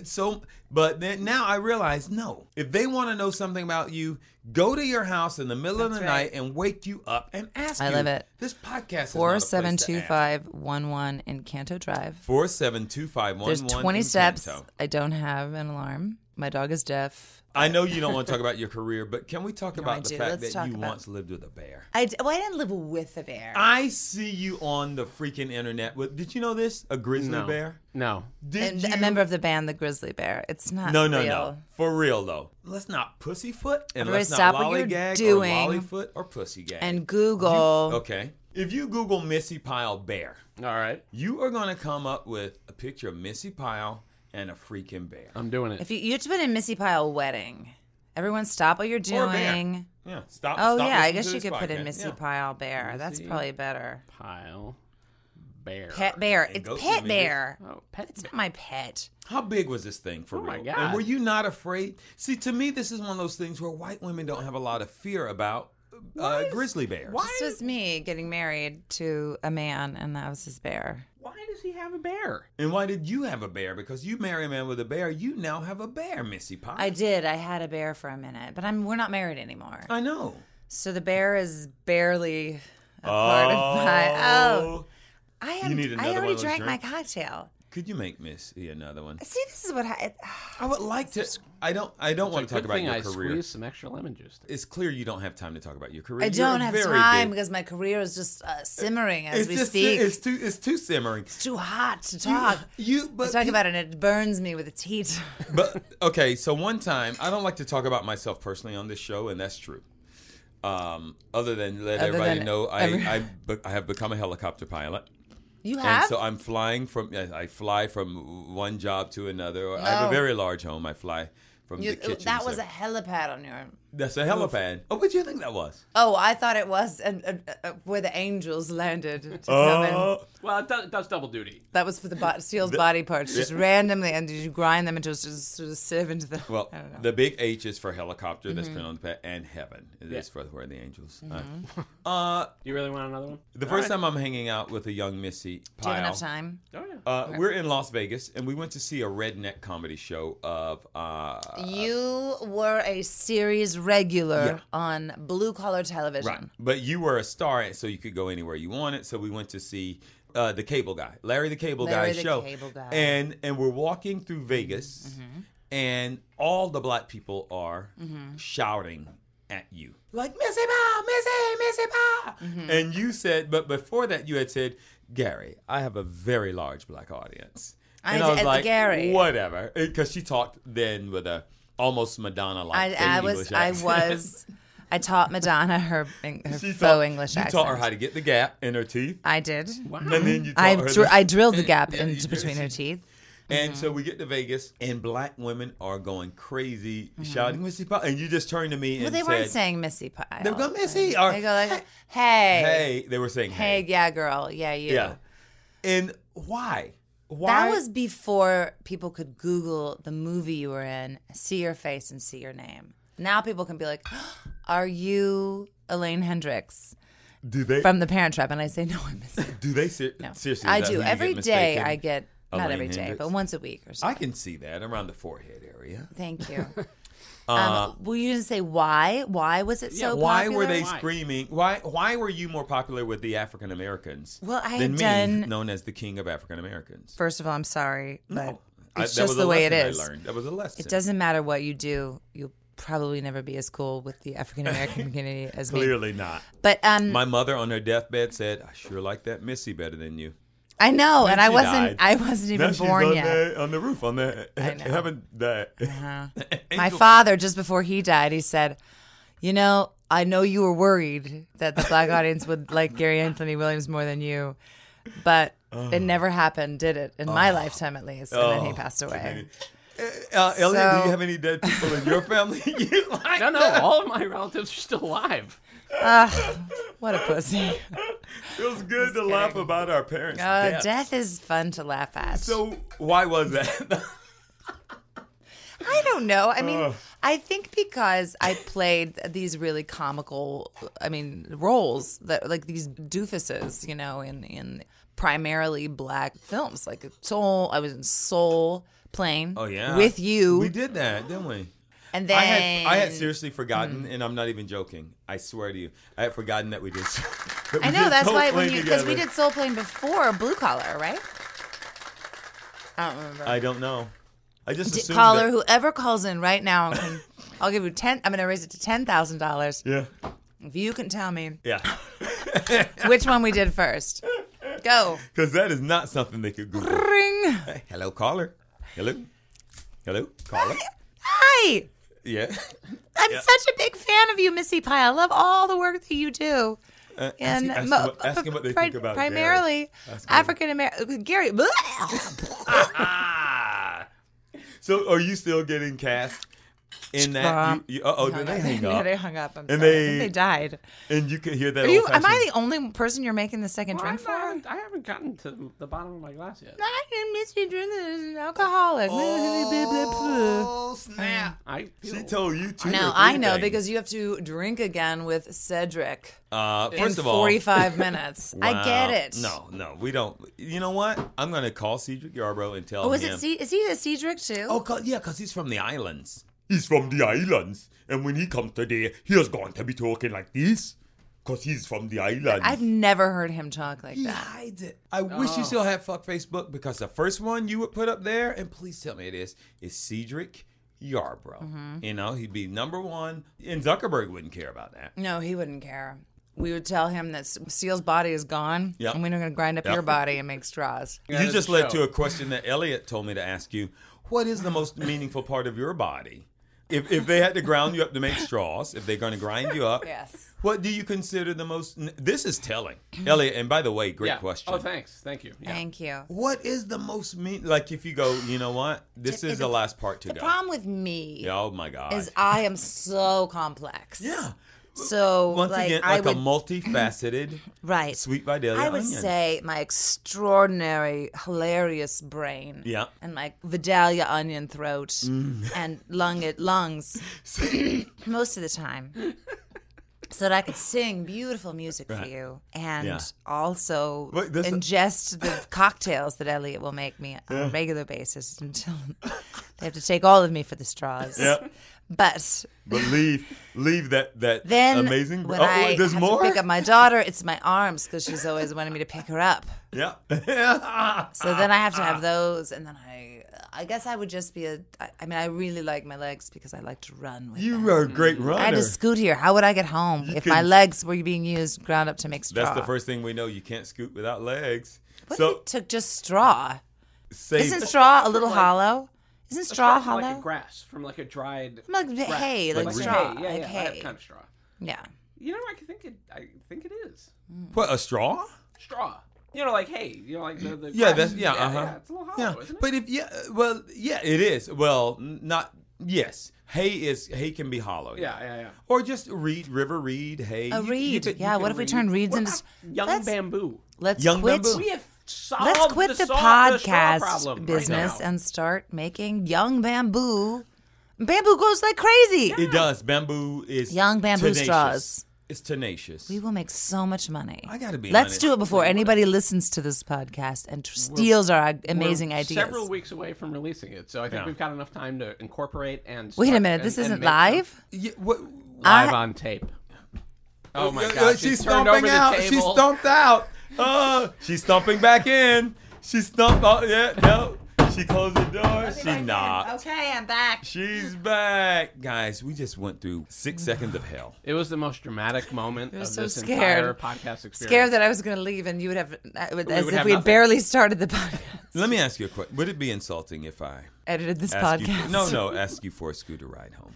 B: so. But then now I realize no. If they want to know something about you, go to your house in the middle of
E: That's
B: the night
E: right.
B: and wake you up and ask.
E: I
B: you.
E: love it.
B: This podcast
E: four
B: is not a
E: seven
B: place to
E: two
B: ask.
E: five one one in Canto Drive.
B: Four seven two five one
E: There's
B: one
E: twenty
B: in
E: steps.
B: Canto.
E: I don't have an alarm. My dog is deaf.
B: I know you don't want to talk about your career, but can we talk
E: I
B: about the
E: do.
B: fact
E: Let's
B: that
E: talk
B: you
E: about-
B: once lived with a bear?
E: I d- well, I didn't live with a bear.
B: I see you on the freaking internet. With, did you know this? A grizzly
D: No.
B: bear?
D: No.
B: Did
E: And
B: you?
E: a member of the band, the Grizzly Bear. It's not
B: No, no,
E: real.
B: no. For real though. Let's not pussyfoot and
E: Everybody
B: let's
E: stop
B: not
E: what you're
B: lollygag
E: doing.
B: or lollyfoot or pussygag.
E: And Google.
B: okay. If you Google Missy Pyle bear,
D: All right.
B: you are gonna come up with a picture of Missy Pyle and a freaking bear.
D: I'm doing it.
E: If you you have to put in Missy Pyle wedding, everyone stop what you're
B: Or a bear.
E: doing.
B: Yeah. Stop.
E: Oh
B: stop
E: yeah, I
B: listening
E: guess
B: to
E: you
B: this
E: could put in
B: podcast.
E: Missy
B: Yeah.
E: Pile Bear. That's
D: Missy.
E: probably better.
D: Pile bear.
E: Pet bear.
B: And
E: It's
B: goat
E: pet
B: images.
E: bear.
D: Oh, pet
E: It's not my pet.
B: How big was this thing for
D: Oh,
B: real?
D: my
B: And
D: God.
B: were you not afraid? See, to me, this is one of those things where white women don't have a lot of fear about uh, grizzly bears.
E: This was me getting married to a man, and that was his bear.
D: Why does he have a bear?
B: And why did you have a bear? Because you marry a man with a bear, you now have a bear, Missy Pyle.
E: I did. I had a bear for a minute, but I'm we're not married anymore.
B: I know.
E: So the bear is barely a part of my. Oh, I
B: You
E: am.
B: need
E: I
B: another one
E: already
B: of those
E: drank my
B: drinks?
E: cocktail.
B: Could you make Missy another one?
E: See, this is what I.
B: I would like to. I don't. I don't want to talk
D: Good
B: about
D: thing
B: your
D: I
B: career.
D: squeezed some extra lemon juice. there.
B: It's clear you don't have time to talk about your career.
E: I
B: You're
E: don't have
B: very
E: time
B: big-
E: because my career is just uh, simmering as
B: It's
E: we
B: just
E: speak.
B: it's too it's too simmering.
E: It's too hot to talk.
B: You
E: I
B: but
E: talk
B: pe-
E: about it and it burns me with its heat.
B: but okay, so one time I don't like to talk about myself personally on this show, and that's true. Um, other than let
E: Other
B: everybody
E: than
B: know, I,
E: every-
B: I be- I have become a helicopter pilot,
E: You
B: and
E: have?
B: so I'm flying from I I fly from one job to another. I have
E: No.
B: a very large home. I fly from
E: You-
B: the kitchen.
E: that was
B: so-
E: a helipad on your
B: That's a helipad. Oh, what do you think that was?
E: Oh, I thought it was an, an, uh, where the angels landed to come in.
B: Oh,
D: Well, it does, it does double duty.
E: That was for the bo- seals' body parts, just randomly, and did you grind them and just, just sort of serve into the?
B: well,
E: I don't know. Mm-hmm.
B: the big H is for helicopter. That's been on the pad, and heaven is for where the angels. Uh,
E: Mm-hmm.
B: Uh,
D: Do you really want another one?
B: the first time I'm hanging out with a young Missy
E: Do you have
B: Pyle.
E: enough time?
D: Oh yeah.
B: Uh, We're in Las Vegas, and we went to see a redneck comedy show of uh,
E: You were a series regular
B: Yeah.
E: on blue collar television.
B: Right. But you were a star, so you could go anywhere you wanted. So we went to see uh, the Cable Guy, Larry the Cable
E: Larry
B: Guy's
E: the
B: show,
E: Cable Guy. Mm-hmm.
B: and and we're walking through Vegas, and all the black people are shouting at you like Missy Pyle, Missy, Missy Pyle,
E: Mm-hmm.
B: and you said, but before that you had said, Gary, I have a very large black audience,
E: I
B: and
E: d-
B: I was
E: uh,
B: like,
E: Gary.
B: whatever, because she talked then with a almost Madonna like
E: I, I was. I was. I taught Madonna her, her faux English
B: you
E: accent.
B: taught her how to get the gap in her teeth.
E: I did.
B: And then you taught
E: I,
B: her
E: dr-
B: the-
E: I drilled the gap
B: Yeah, you
E: into
B: did.
E: between her teeth.
B: And so we get to Vegas, and black women are going crazy, shouting Missy Pyle, and you just turned to me
E: Mm-hmm. Well,
B: and
E: they
B: said,
E: weren't saying Missy Pyle.
B: "They go Missy," or
E: They go like, hey,
B: "Hey," they were saying,
E: hey,
B: "Hey,",
E: yeah, girl, yeah, you.
B: yeah. And why? Why?
E: That was before people could Google the movie you were in, see your face, and see your name. Now people can be like, "Are you Elaine Hendricks
B: do they
E: from The Parent Trap?" And I say, "No, I'm Missy."
B: do they ser-
E: No.
B: seriously?
E: I
B: is that
E: do
B: who you
E: every
B: get
E: day.
B: mistaken?
E: I get not
B: Elaine
E: every day,
B: Hendricks?
E: but once a week or so.
B: I can see that around the forehead area.
E: Thank you. um, well, you didn't say why. Why was it so?
B: Uh, why were
E: popular?
B: they
D: Why?
B: screaming? Why why were you more popular with the African Americans?
E: Well, I
B: than
E: had
B: me,
E: done-
B: known as the king of African Americans. Oh,
E: First of all, I'm sorry, but
B: I-
E: it's
B: that
E: just
B: was a
E: the way it
B: lesson
E: is.
B: I learned. That was a lesson.
E: It doesn't matter what you do. You'll probably never be as cool with the African American community as me.
B: Clearly not.
E: But um,
B: My mother on her deathbed said, "I sure like that Missy better than you."
E: I know, and I
B: she
E: wasn't.
B: died.
E: I wasn't even born yet.
B: on the roof on the
E: know.
B: died.
E: Uh-huh. My father, just before he died, he said, "You know, I know you were worried that the black audience would like Gary Anthony Williams more than you, but
B: Oh.
E: it never happened, did it? In my lifetime, at least." And then he passed away.
B: Uh, Elliot, do
E: So-
B: you have any dead people in your family? you like
D: no, no, all of my relatives are still alive.
E: What a pussy!
B: Feels good to laugh about our parents.
E: Uh,
B: deaths.
E: Death is fun to laugh at.
B: So why was that?
E: I don't know. I mean,
B: Ugh.
E: I think because I played these really comical, I mean, roles that like these doofuses, you know, in in primarily black films. Like Soul, I was in Soul playing.
B: oh yeah,
E: with you,
B: We did that, didn't we?
E: and Mm. then
B: I had I had seriously forgotten, and I'm not even joking. I swear to you, I had forgotten that we did. that we
E: I know
B: did
E: that's
B: Soul
E: why
B: Plane
E: when you because we
B: together.
E: did Soul playing before Blue Collar, right? I don't remember.
B: I don't know. I just
E: D-
B: assumed
E: caller,
B: that-
E: whoever calls in right now, can, I'll give you ten. I'm going to raise it to ten thousand dollars
B: Yeah.
E: if you can tell me
B: Yeah.
E: which one we did first. Go.
B: Because that is not something they could Google.
E: Ring.
B: Hey, hello, caller. Hello. Hello, caller.
E: Hi.
B: Yeah.
E: I'm such a big fan of you, Missy Pye. I love all the work that you do.
B: Uh,
E: And
B: ask, him- ask
E: mo-
B: him what, ask him what they
E: pri-
B: think about Gary.
E: primarily
B: Ask him.
E: African American Gary.
B: Ah. So are you still getting cast in that?
E: Um,
B: You, you, uh-oh,
E: Hung
B: did they
E: up.
B: hang
E: Yeah,
B: up?
E: they hung up. I'm
B: And
E: sorry. I think
B: they-
E: they died.
B: And you can hear that
E: Are you?
B: old
E: Am I the only person you're making the second
D: Well, I
E: drink for? I
D: haven't, I haven't gotten to the bottom of my glass yet.
E: didn't miss you drink. as an alcoholic.
B: Oh, snap.
D: I feel
B: She told you two.
E: No,
B: or
E: I
B: three
E: know
B: things.
E: because you have to drink again with Cedric
B: uh, first
E: in
B: of all,
E: 45 minutes. I get
B: Wow.
E: it.
B: No, no, we don't. You know what? I'm gonna call Cedric Yarbrough and tell
E: Oh,
B: him.
E: is it? C- is he a Cedric too?
B: Oh, cause, yeah, because he's from the islands. He's from the islands. And when he comes today, he is going to be talking like this. Because he's from the islands.
E: I've Oh. never heard him talk like
B: he
E: that.
B: hides it. I wish you still had Fuck Facebook because the first one you would put up there, and please tell me it is, is Cedric Yarbrough.
E: Mm-hmm.
B: You know, he'd be number one, and Zuckerberg wouldn't care about that.
E: No, he wouldn't care. We would tell him that Seal's body is gone,
B: Yep.
E: and we're going to grind up
B: Yep.
E: your body and make straws.
B: You
D: is
B: just
D: the
B: led
D: show.
B: to a question that Elliot told me to ask you. What is the most meaningful part of your body? If, if they had to ground you up to make straws, if they're going to grind you up,
E: Yes.
B: what do you consider the most? n- This is telling, Elliot. And by the way, great
D: yeah.
B: question.
D: Oh, thanks. Thank you. Yeah.
E: Thank you.
B: What is the most mean? Like if you go, you know what? This
E: The-
B: is the last part to
E: The
B: go.
E: problem with me
B: Yeah, oh my God.
E: is I am so complex.
B: yeah.
E: So
B: Once
E: like,
B: again,
E: I
B: like
E: would
B: a multifaceted
E: right.
B: sweet Vidalia
E: I would
B: onion.
E: say my extraordinary, hilarious brain.
B: Yeah. Mm.
E: And my Vidalia onion throat and lung it lungs most of the time. So that I could sing beautiful music for
B: Right.
E: you and
B: Yeah.
E: also
B: Wait, this-
E: ingest the cocktails that Elliot will make me on a regular basis until they have to take all of me for the straws.
B: Yeah.
E: But
B: But leave, leave that that
E: then
B: amazing.
E: when
B: oh,
E: I
B: wait, there's
E: have
B: more.
E: to pick up my daughter, it's my arms because she's always wanted me to pick her up.
B: yeah.
E: So then I have to
B: Ah.
E: have those, and then I, I guess I would just be a. I, I mean, I really like my legs because I like to run with them.
B: you are a great runner.
E: I had to scoot here. How would I get home if my
B: can-
E: legs were being used ground up to make straw?
B: That's the first thing we know. You can't scoot without legs.
E: What if
B: so
E: it took just straw?
B: save.
E: Isn't straw a little hollow? Isn't straw
D: from
E: hollow?
D: like a grass, from like a dried.
E: I'm like,
D: grass.
E: hay, like
B: Like
E: straw,
D: hay. Yeah,
E: like
D: yeah,
E: hay.
D: that kind of straw.
E: yeah.
D: You know, I can think it. I think it is
B: what a straw?
D: straw. You know, like hay. You know, like the, the
B: Yeah,
D: grass.
B: that's yeah, uh huh.
D: yeah. It's a little hollow, isn't it?
B: But if yeah, uh, well, yeah, it is. Well, n- not yes. Hay is hay can be hollow.
D: yeah, yeah, yeah.
B: Or just reed, river reed, hay.
E: A
B: You- you
E: reed.
B: could- you
E: yeah,
B: could-
E: what if we turn reeds
D: What
E: into.
D: about
E: s-
D: young
E: let's,
D: bamboo.
E: Let's
B: Young
E: quit.
B: bamboo?
D: We have solved
E: Let's quit the,
D: the, sol- the straw
E: podcast
D: problem right
E: business
D: now.
E: and start making young bamboo. Bamboo grows like crazy.
B: It does. Bamboo is
E: Young bamboo
B: tenacious.
E: straws.
B: It's tenacious.
E: We will make so much money.
B: I gotta be
E: Let's
B: honest.
E: do it before anybody listens to this podcast and tr- steals our
D: We're
E: amazing ideas.
D: Several weeks away from releasing it, so I think
B: Yeah.
D: we've got enough time to incorporate and.
E: Wait a
D: start-
E: minute, this
D: and- and
E: isn't
D: make some-
E: live.
B: Yeah, what,
E: I-
D: live on tape. Oh my
B: Uh,
D: gosh!
B: she's
D: She's turned over
B: stomping
D: the
B: out.
D: table.
B: She's stomped out. Uh, she's stomping back in. She stomped. Oh, yeah, no. She closed the door. She knocked.
E: Okay, I'm back.
B: She's back, guys. We just went through six seconds of hell.
D: It was the most dramatic moment of
E: so
D: this entire
E: scared.
D: podcast experience.
E: Scared that I was going to leave and you would have, uh, as
D: would
E: if
D: have
E: we had
D: nothing.
E: barely started the podcast,
B: Let me ask you a question. Would it be insulting if I
E: edited this
B: asked you?
E: podcast.
B: For, no, no, ask you for a scooter ride home.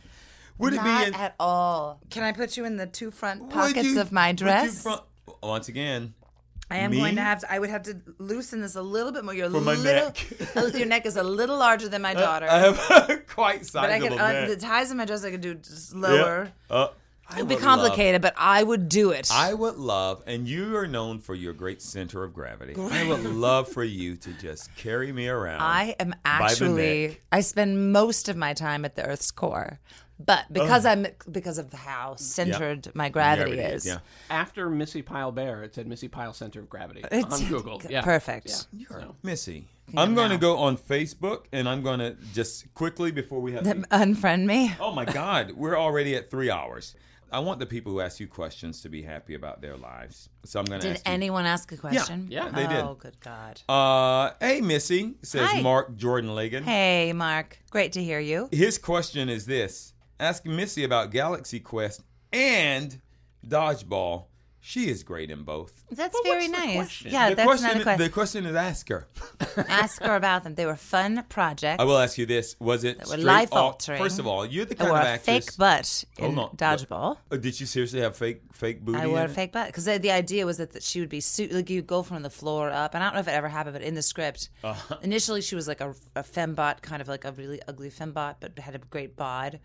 B: Would
E: Not
B: it be in,
E: at all. Can I put you in the two front
B: would
E: pockets
B: you-
E: of my
B: would you
E: dress?
B: front- once again,
E: I am
B: Me?
E: going to have to. I would have to loosen this a little bit more. Your
B: my
E: little,
B: neck.
E: uh, your neck is a little larger than my daughter.
B: I have a quite
E: but I
B: sizable
E: could
B: man.
E: uh, the ties in my dress. I could do just
B: Yeah.
E: lower.
B: Uh, I
E: It would be
B: would love-
E: complicated, but I would do it.
B: I would love, and you are known for your great center of gravity. I would love for you to just carry me around.
E: I am
B: the
E: actually.
B: neck.
E: I spend most of my time at the Earth's core, but because I'm because of how centered my gravity,
B: Gravity,
E: is.
B: Yeah.
D: After Missy Pyle Bear, it said Missy Pyle Center of Gravity
E: It's-
D: on Google. Yeah.
E: Perfect.
B: You're Missy. I'm going to go on Facebook and I'm going to just quickly before we have.
E: Um, Unfriend me.
B: oh my God, we're already at three hours. I want the people who ask you questions to be happy about their lives. So I'm going to
E: Did
B: ask you.
E: anyone ask a question?
D: Yeah,
B: they did.
E: Oh, good God.
B: Uh, hey, Missy, says
E: Hi.
B: Mark Jordan Lagan.
E: Hey, Mark. Great to hear you.
B: His question is this Ask Missy about Galaxy Quest and Dodgeball. She is great in both.
E: That's
D: Well,
E: very
D: what's the
E: nice.
D: question?
E: Yeah,
B: the,
E: that's
B: question,
E: not a question.
B: the question is ask her.
E: Ask her about them. They were fun projects.
B: I will ask you this. Was it
E: were
B: straight
E: life-altering.
B: off- First of all, you're the
E: I
B: kind
E: wore
B: of
E: a
B: actress.
E: fake butt in
B: Hold on.
E: dodgeball.
B: Oh, did you seriously have fake fake booty?
E: I wore
B: in
E: a
B: it?
E: fake butt because the, the idea was that, that she would be suit like you go from the floor up, and I don't know if it ever happened, but in the script,
B: Uh-huh.
E: initially she was like a, a fembot, kind of like a really ugly fembot, but had a great bod.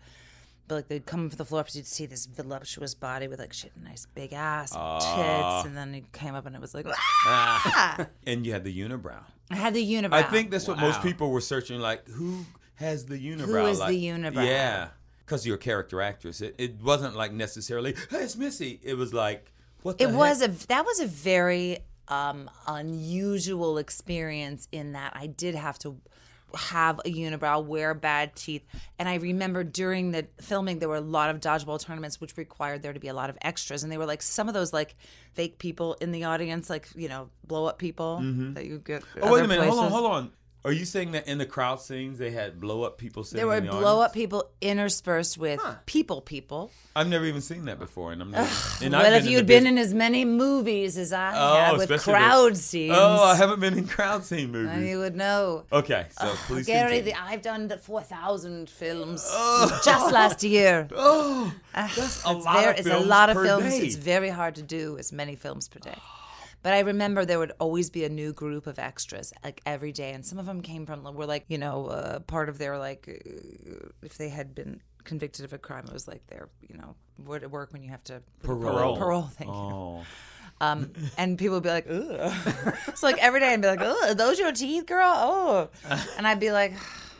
E: But like they'd come from the floor up, so you'd see this voluptuous body with like shit, nice big ass, and tits, and then it came up and it was like, "Ah!"
B: And you had the unibrow.
E: I had the unibrow.
B: I think that's what most people were searching. Like, who has the unibrow?
E: is the
B: Like,
E: unibrow?
B: Yeah, because you're a character actress. It, it wasn't like necessarily. Hey, it's Missy. It was like what? The
E: It
B: heck?
E: was a that was a very um, unusual experience in that I did have to have a unibrow, wear bad teeth, and I remember during the filming there were a lot of dodgeball tournaments which required there to be a lot of extras, and they were like some of those like
B: Mm-hmm.
E: fake people in the audience, like you know blow up people that you get.
B: Oh wait a minute. Hold on. Hold on. Are you saying that in the crowd scenes they had blow up people sitting?
E: There were
B: in the
E: blow
B: audience?
E: up people interspersed with people people.
B: I've never even seen that before, and I'm not. and
E: well, if
B: the
E: you'd been
B: business-
E: in as many movies as I
B: Oh,
E: had with
B: especially
E: crowd
B: the-
E: scenes,
B: Oh, I haven't been in crowd scene
E: then
B: movies.
E: you would know.
B: Okay, so
E: uh,
B: please
E: Gary,
B: continue.
E: the, I've done the 4,000 films just last year. Ah,
B: oh, that's a lot
E: There
B: of
E: is
B: films
E: a lot of
B: per
E: films.
B: day.
E: It's very hard to do as many films per day. But I remember there would always be a new group of extras like every day, and some of them came from were like you know uh, part of their like uh, if they had been convicted of a crime, it was like their you know what at work when you have to
B: Parole.
E: parole. Thank you.
B: Oh.
E: Um, and people would be like, ugh. so like every day I'd be like, ugh, are those your teeth, girl? Oh. And I'd be like,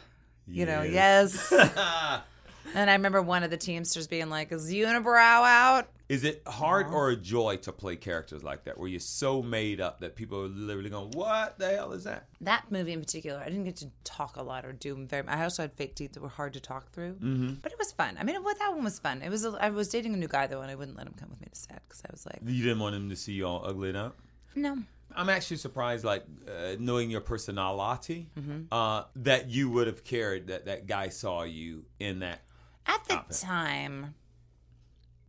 E: you know, yes. and I remember one of the Teamsters being like, is unibrow out?
B: Is it hard or a joy to play characters like that, where you're so made up that people are literally going, "What the hell is that?"
E: That movie in particular, I didn't get to talk a lot or do very much. I also had fake teeth that were hard to talk through, but it was fun. I mean, well, that one was fun. It was. A, I was dating a new guy though, and I wouldn't let him come with me to set because I was like,
B: You didn't want them to see you all ugly up.
E: no.
B: I'm actually surprised, like uh, knowing your personality,
E: Mm-hmm.
B: uh, that you would have cared that that guy saw you in that.
E: At the
B: Stop it.
E: time,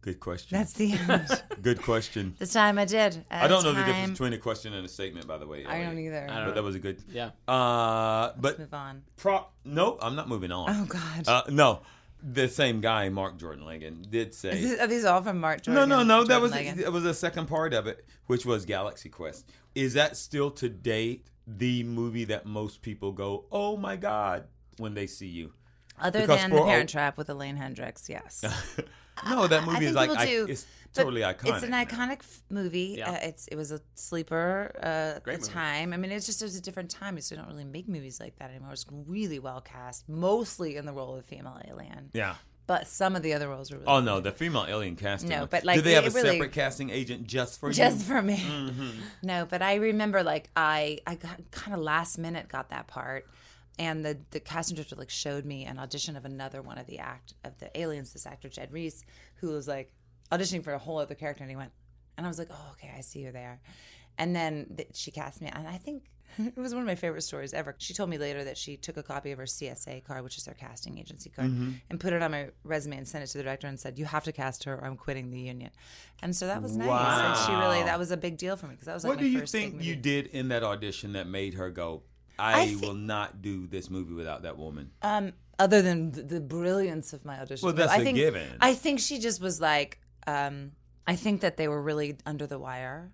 B: Good question.
E: that's the end.
B: good question.
E: the time I did. At
B: I don't know the
E: time-
B: difference between a question and a statement, by the way.
E: I don't
B: Elliot.
E: either.
D: I don't
B: But that was a good.
D: Yeah.
B: Uh, but
E: Let's move on.
B: prop. No, I'm not moving on.
E: Oh God.
B: Uh, no, the same guy, Mark Jordan Lincoln, did say.
E: Is this- are these all from Mark
B: no,
E: Jordan?
B: no, no. That
E: Jordan
B: was
E: Leggett?
B: that was the second part of it, which was Galaxy Quest. Is that still to date the movie that most people go, "Oh my god," when they see you?
E: Other
B: because
E: than
B: for
E: The
B: a-
E: Parent Trap with Elaine Hendricks, yes.
B: No, that movie
E: I
B: is
E: think
B: like
E: people
B: I-
E: do.
B: it's
E: but
B: totally iconic.
E: It's an
B: now.
E: iconic f- movie.
D: Yeah.
E: Uh, it's it was a sleeper uh, at the
D: Great movie.
E: time. I mean, it's just it was a different time, so they don't really make movies like that anymore. It was really well cast, mostly in the role of female alien,
B: Yeah.
E: but some of the other roles were really
B: Oh no, the female alien casting.
E: No,
B: was-
E: but, like,
B: did they have a
E: it really-
B: separate casting agent just for
E: just
B: you?
E: for me.
B: Mm-hmm.
E: No, but I remember like I I kind of last minute got that part, and the the casting director like showed me an audition of another one of the act of the aliens. This actor Jed Reese, who was like auditioning for a whole other character, and he went, and I was like, oh okay, I see you there. And then th- she cast me, and I think it was one of my favorite stories ever. She told me later that she took a copy of her CSA card, which is their casting agency card, and put it on my resume and sent it to the director and said, "You have to cast her, or I'm quitting the union." And so that was nice. And she really
B: Wow.
E: that was a big deal for me because that was like
B: What
E: my
B: do you
E: first big
B: think
E: movie.
B: you did in that audition that made her go, "I,
E: thi-
B: will not do this movie without that woman"?
E: Um, other than the, the brilliance of my audition,
B: Well,
E: No,
B: that's
E: I
B: a
E: think,
B: given.
E: I think she just was like, um, I think that they were really under the wire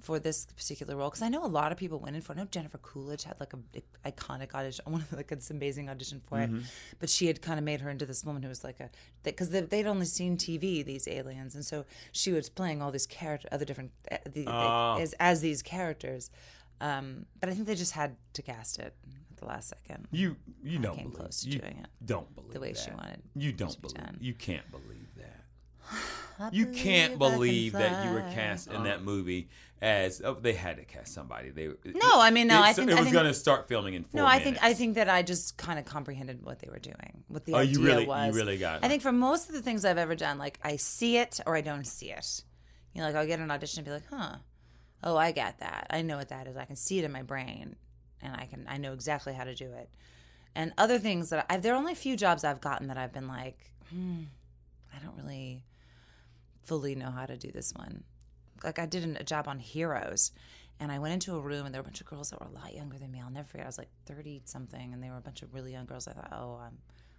E: for this particular role because I know a lot of people went in for. it. I know Jennifer Coolidge had like a iconic audition, one of like this amazing audition for
B: Mm-hmm.
E: it, but she had kind of made her into this woman who was like a because they, they'd only seen TV these aliens, and so she was playing all these character, other different uh, the, the-
B: Oh.
E: as as these characters. Um, but I think they just had to cast it at the last second
B: You you don't
E: came
B: believe
E: close to
B: you
E: doing it
B: Don't believe
E: the way
B: that.
E: she wanted.
B: You don't
E: to be
B: believe.
E: done.
B: You can't believe that. You can't believe
E: believe I can
B: that you were
E: fly.
B: cast in that movie as oh, they had to cast somebody. They no,
E: I mean, no, I think-
B: it
E: I
B: was
E: think-
B: going to start filming in four
E: No, I think I
B: minutes.
E: think that I just kind of comprehended what they were doing, what the
B: Oh,
E: idea
B: you really- you
E: was.
B: really got it.
E: I think for most of the things I've ever done, like I see it or I don't see it. You know, like I'll get an audition and be like, "Huh, oh, I got that. I know what that is. I can see it in my brain, and I can I know exactly how to do it." And other things that I've, there are only a few jobs I've gotten that I've been like, hmm, I don't really fully know how to do this one. Like I did an- a job on Heroes, and I went into a room and there were a bunch of girls that were a lot younger than me. I'll never forget. I was like thirty something, and they were a bunch of really young girls. I thought, oh, um,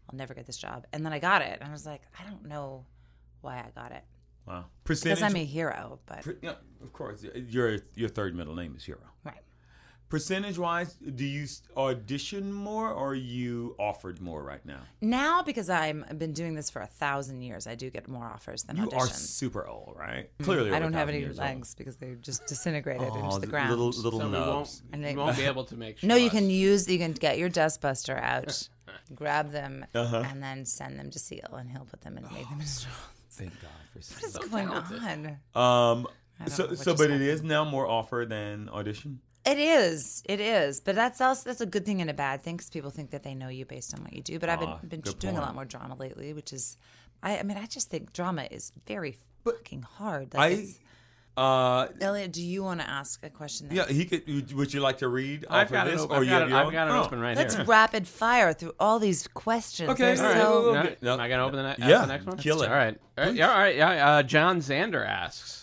E: I'll never get this job. And then I got it, and I was like, I don't know why I got it
B: wow.
E: because
B: Percentage,
E: I'm a hero, but
B: per- yeah, of course, your your third middle name is Hero.
E: right.
B: Percentage wise, do you s- audition more or are you offered more right now?
E: Now, because I'm, I've been doing this for a thousand years, I do get more offers than
B: You are
E: auditions.
B: super old, right? Clearly,
E: Mm-hmm. I don't
B: over
E: have
B: 1,000
E: any
B: years old.
E: legs because they just disintegrated
B: Oh,
E: into the ground.
B: Little little
D: So we
B: nubs.
D: won't,
E: And
D: we
E: they-
D: won't be able to make
E: no, you
D: shots.
E: can use you can get your dustbuster out, grab them,
B: Uh-huh.
E: and then send them to Seal, and he'll put them and
B: Oh,
E: make them into straws.
B: Thank God for.
E: What is going on?
B: Um.
E: don't know
B: So,
E: what
B: so,
E: just
B: but it is now more offer than audition.
E: It is, it is, but that's also that's a good thing and a bad thing because people think that they know you based on what you do. But I've
B: Ah,
E: been been
B: good
E: doing a
B: point.
E: lot more drama lately, which is, I, I mean, I just think drama is very fucking hard. Like
B: I
E: it's-
B: Uh,
E: Elliot, do you want to ask a question? Next?
B: yeah, he could. would- Would you like to read?
D: I've
B: off
D: got
B: of
D: it
B: this,
D: open.
B: or
D: I've
B: you
D: got
B: have
D: it-
B: your
D: I've
B: own?
D: got it
B: Oh.
D: open right
E: Let's
D: here.
E: rapid fire through all these questions.
B: Okay,
E: They're
B: all right,
E: so-
B: well,
D: No,
B: Okay.
D: Am I gonna open the, ne- ask
B: Yeah,
D: the next one?
B: kill it.
D: All right. All right, yeah, all right. Yeah. Uh, John Xander asks.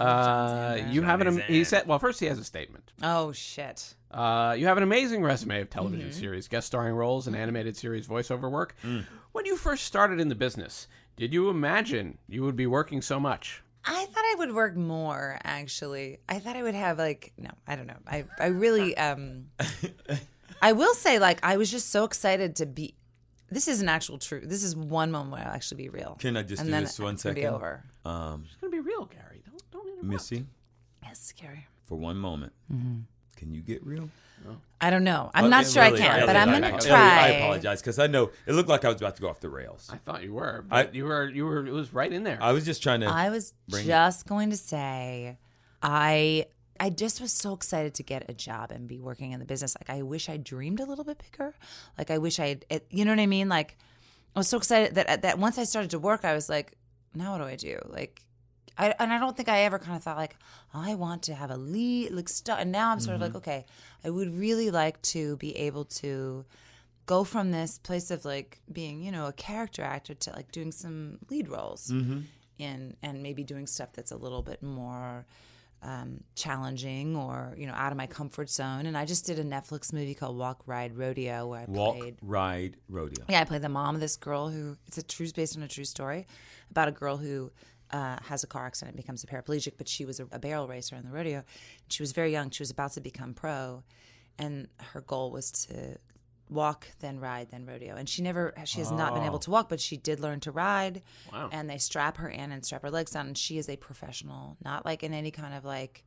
D: Uh, you have an. am- He said. Well, first he has a statement.
E: Oh shit.
D: Uh, you have an amazing resume of television
E: Mm-hmm.
D: series, guest starring roles, and animated series voiceover work.
B: Mm.
D: When you first started in the business, did you imagine you would be working so much?
E: I thought I would work more. Actually, I thought I would have like no, I don't know. I I really um, I will say like I was just so excited to be. This is an actual true. This is one moment where I'll actually be real.
B: Can I just
E: and
B: do
E: then
B: this one
E: it's gonna Be
B: second?
E: over.
B: Um,
D: It's gonna be real, Gary. Don't don't interrupt.
B: Missy,
E: Yes, scary.
B: for one moment, can you get real?
E: I don't know. Mm-hmm. I'm
B: Okay,
E: not sure
B: really,
E: I can,
B: Elliot,
E: but I'm
B: I-
E: gonna
B: Elliot,
E: try.
B: I apologize because I know it looked like I was about to go off the rails.
D: I thought you were, but you were you were. It was right in there.
B: I was just trying to.
E: I was
B: Bring it.
E: just going to say, I I just was so excited to get a job and be working in the business. Like I wish I dreamed a little bit bigger. Like I wish I, it, you know what I mean? Like I was so excited that uh, that once I started to work, I was like, now what do I do? Like. I, and I don't think I ever kind of thought like I want to have a lead like stuff. And now I'm sort of like okay, I would really like to be able to go from this place of like being you know a character actor to like doing some lead roles in and maybe doing stuff that's a little bit more um, challenging or you know out of my comfort zone and i just did a netflix movie called walk ride rodeo where i
B: Walk,
E: played
B: ride, rodeo.
E: yeah, I played the mom of this girl who it's a true based on a true story about a girl who uh, has a car accident, becomes a paraplegic, but she was a, a barrel racer in the rodeo. She was very young. She was about to become pro, and her goal was to walk, then ride, then rodeo. And she never, she has not been able to walk, but she did learn to ride.
D: Wow.
E: And they strap her in and strap her legs on, and she is a professional, not like in any kind of like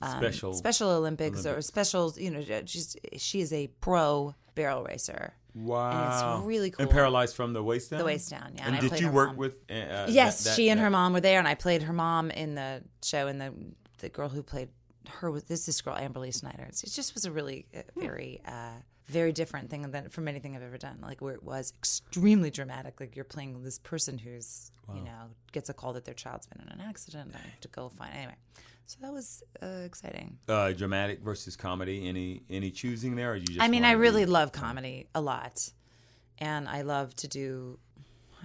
E: Um,
B: special.
E: Special Olympics, or special, you know, she's she is a pro barrel racer.
B: Wow.
E: and it's really
B: And
E: cool.
B: paralyzed from the waist down.
E: The waist down, yeah.
B: And,
E: I
B: did
E: played
B: you
E: her
B: work
E: mom.
B: with? Uh, uh,
E: Yes,
B: that-
E: she and
B: that-
E: her mom were there, and I played her mom in the show. And the the girl who played her was this this girl Amberly Snyder. It's- It just was a really uh,
B: Hmm.
E: very uh, very different thing than from anything I've ever done. Like where it was extremely dramatic. Like you're playing this person who's you know gets a call that their child's been in an accident. and I have to go find anyway. So that was uh, exciting.
B: Uh, dramatic versus comedy. Any any choosing there? Or you just
E: I mean,
B: wanted
E: I
B: to
E: really
B: be-
E: love comedy a lot, and I love to do.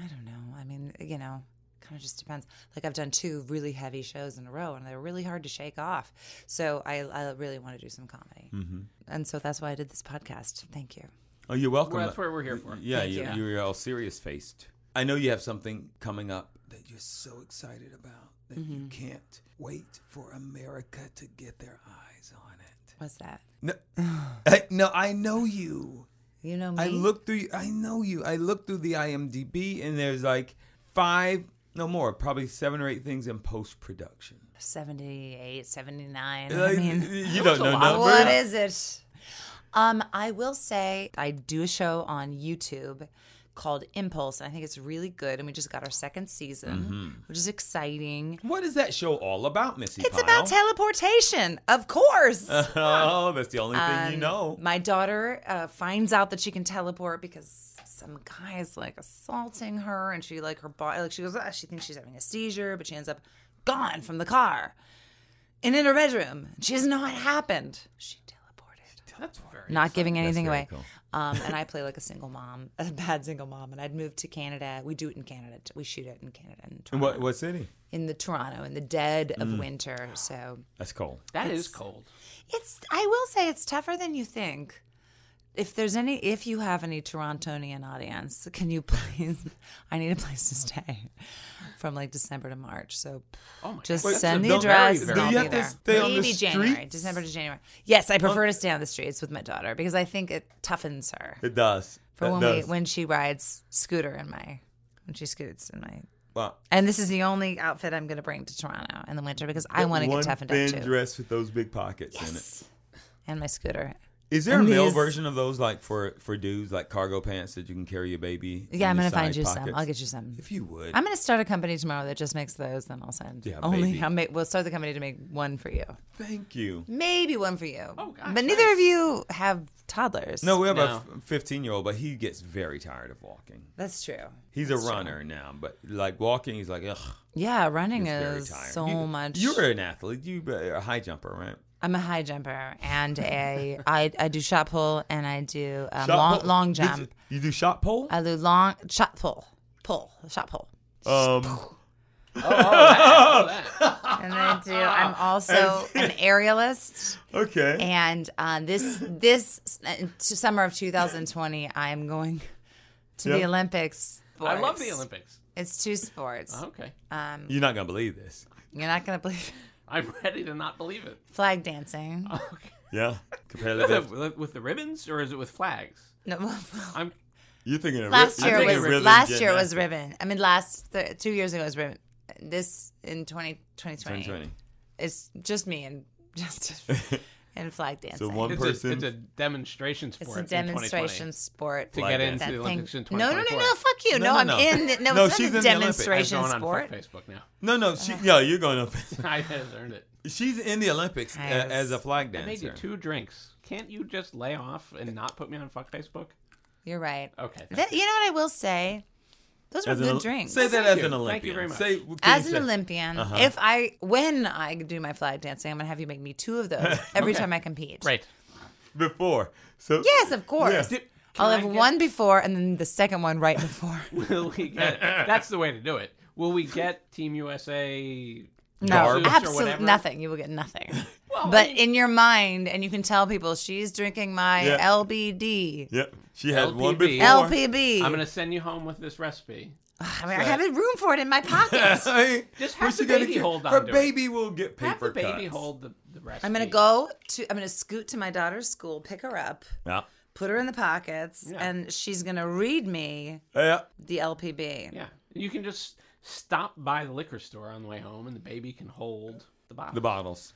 E: I don't know. I mean, you know, kind of just depends. Like I've done two really heavy shows in a row, and they're really hard to shake off. So I, I really want to do some comedy,
B: Mm-hmm.
E: and so that's why I did this podcast. Thank you.
B: Oh, you're welcome.
D: Well, that's what we're here for.
B: Yeah,
E: Thank
B: you,
E: you.
B: you're all serious faced. I know you have something coming up that you're so excited about that
E: Mm-hmm.
B: you can't wait for America to get their eyes on it.
E: What's that?
B: No, I, no, I know you.
E: You know me.
B: I look through. I know you. I look through the IMDb, and there's like five, no more, probably seven or eight things in post production.
E: 78, 79. I mean,
B: you don't know numbers.
E: What is it? Um, I will say I do a show on YouTube called Impulse, and I think it's really good. And we just got our second season, which is exciting.
B: What is that show all about, Missy?
E: It's about teleportation, of course.
B: oh, that's the only
E: Um,
B: thing you know.
E: My daughter uh, finds out that she can teleport because some guy is like assaulting her, and she like her body like she goes ah, she thinks she's having a seizure, but she ends up gone from the car and in her bedroom. She doesn't know what happened. She teleported.
D: That's very.
E: not giving anything
B: very
E: away.
B: cool.
E: Um, and I play like a single mom, a bad single mom. And I'd moved to Canada. We do it in Canada. t- We shoot it in Canada in Toronto.
B: What Mm. what city?
E: In the Toronto, in the dead of winter. So
B: That's cold.
D: That is cold.
E: it's. I will say it's tougher than you think. If there's any, if you have any Torontonian audience, can you please? I need a place to stay from like December to March. So
D: Oh my
E: just
B: Wait,
E: send the
B: don't-
E: address.
D: very,
E: and
D: very
E: I'll
D: Do you
E: be
D: have
B: to
E: there.
B: stay on the
E: Maybe January,
B: streets?
E: December to January. Yes, I prefer to stay on the streets with my daughter because I think it toughens her
B: It does.
E: for
B: It
E: when
B: does.
E: we when she rides scooter in my when she scoots in my.
B: Wow.
E: And this is the only outfit I'm going to bring to Toronto in the winter because I want to get
B: One
E: toughened
B: thin
E: up too,
B: dress with those big pockets in it.
E: and my scooter.
B: Is there
E: And
B: a male
E: these-
B: version of those like for for dudes like cargo pants that you can carry your baby?
E: Yeah,
B: in
E: I'm
B: your
E: gonna find
B: side
E: you some.
B: pockets?
E: I'll get you some.
B: If you would,
E: I'm gonna start a company tomorrow that just makes those. Then I'll send.
B: Yeah,
E: only
B: maybe.
E: I'll make. We'll start the company to make one for you.
B: thank you.
E: Maybe one for you.
D: Oh, gosh,
E: but neither
D: nice.
E: of you have toddlers.
B: No, we have
D: No.
B: a 15 year old, but he gets very tired of walking.
E: that's true.
B: He's
E: That's
B: a
E: true.
B: running now, but like walking, he's like, ugh,
E: Yeah, running
B: he's very
E: is
B: tired.
E: so
B: You-
E: much.
B: You're an athlete. You are a high jumper, right?
E: I'm a high jumper and a I I do shot pull and I do um,
B: Shot
E: long
B: put-
E: long
B: did
E: jump.
B: You, you do shot pole.
E: I do long shot pull pull shot pull.
B: um,
E: And then I do. I'm also an aerialist.
B: okay.
E: And uh, this this uh, summer of 2020, I am going to the
B: Yeah.
E: Olympics.
D: I love
E: sports.
D: the Uh-huh. Olympics.
E: It's two sports.
D: Okay.
E: Um,
B: You're not gonna believe this.
E: you're not gonna believe
D: I'm ready to not believe it.
E: flag dancing.
D: Okay.
B: Yeah.
D: With
B: Competitive.
D: the, with the ribbons or is it with flags?
E: No,
D: I'm
B: You're thinking of
E: last
B: ri-
E: year
B: you're
D: think
E: was
B: thinking of rhythm
E: last year was
B: gymnastics.
E: ribbon. I mean, last th- two years ago was ribbon. This in 20, 2020,
B: 2020.
E: It's just me and just and flag dancing.
B: So one
D: it's, a,
B: person.
D: it's a demonstration sport.
E: it's a
D: in 2020.
E: demonstration sport.
D: to get
B: Flag
D: into
E: That
D: the
E: thing-
D: Olympics in
E: no, no, no,
D: 2024.
E: no! Fuck you! No,
B: no,
E: I'm
B: no.
E: in. The, no,
B: No,
E: it's
B: she's in the
E: not
B: Olympics. I've
E: a
D: I've
E: demonstration
D: gone on
E: sport.
D: fuck Facebook now.
B: no, no. She, yeah, you're going up.
D: I have earned it.
B: She's in the Olympics uh,
E: Yes.
B: as a flag
D: I made you
B: dancer.
D: two drinks. Can't you just lay off and not put me on fuck Facebook?
E: You're right.
D: Okay. thank
E: That, you know what I will say? Those were
B: As an
E: good
B: Ol-
E: drinks.
B: Say that
D: Thank
B: as
D: you.
B: an Olympian.
D: Thank you very much.
B: Say, can you
E: as an
B: say-
E: Olympian, if I when I do my flag dancing, I'm gonna have you make me two of those every
D: Okay.
E: time I compete.
D: you. Right.
B: before. So
E: Yes, of course.
B: Yeah.
D: Can
E: I'll
D: I
E: have
D: get-
E: one before and then the second one right before.
D: Will we get? That's the way to do it. Will we get Team USA?
E: No,
D: juice or whatever?
E: absolutely nothing. You will get nothing. but in your mind, and you can tell people she's drinking my
B: Yeah.
E: LBD,
B: Yep. She had one
D: LPB.
B: before.
E: LPB.
D: I'm gonna send you home with this recipe.
E: I mean, I have a room for it in my pocket.
B: I mean,
D: Just have
B: where's
D: the
B: she gonna
D: baby
B: get-
D: hold
B: Her
D: on to it.
B: baby will get paper
D: Have the baby
B: cuts.
D: hold the, the recipe.
E: I'm gonna go to. I'm gonna scoot to my daughter's school, pick her up,
B: Yeah.
E: put her in the pockets,
D: Yeah.
E: and she's gonna read me
B: Yeah.
E: the LPB.
D: Yeah, you can just stop by the liquor store on the way home, and the baby can hold the bottle.
B: The bottles.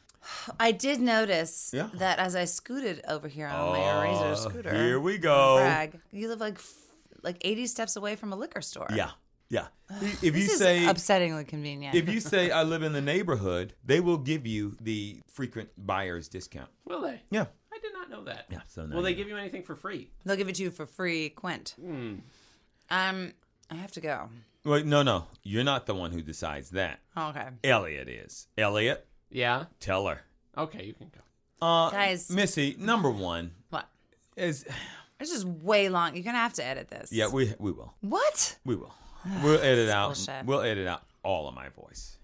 E: I did notice
B: Yeah.
E: that as I scooted over here on my
B: Uh,
E: eraser scooter,
B: Here we go.
E: brag, you live like f- like 80 steps away from a liquor store.
B: Yeah. Yeah. If you
E: This is
B: say
E: upsettingly convenient.
B: if you say I live in the neighborhood, they will give you the frequent buyers discount.
D: Will they?
B: Yeah.
D: I did not know that.
B: Yeah, so now
D: Will they
B: you-
D: give you anything for free?
E: They'll give it to you for free, Quint.
B: Hmm.
E: Um, I have to go.
B: Wait, no, no. You're not the one who decides that.
E: Oh, okay.
B: Elliot is. Elliot,
D: Yeah.
B: tell her.
D: Okay, you can go.
B: Uh,
E: Guys.
B: Missy, number one
E: What?
B: is
E: This is way long. You're gonna have to edit this.
B: yeah. We we will
E: What?
B: we will we'll edit out
E: bullshit.
B: we'll edit out all of my voice.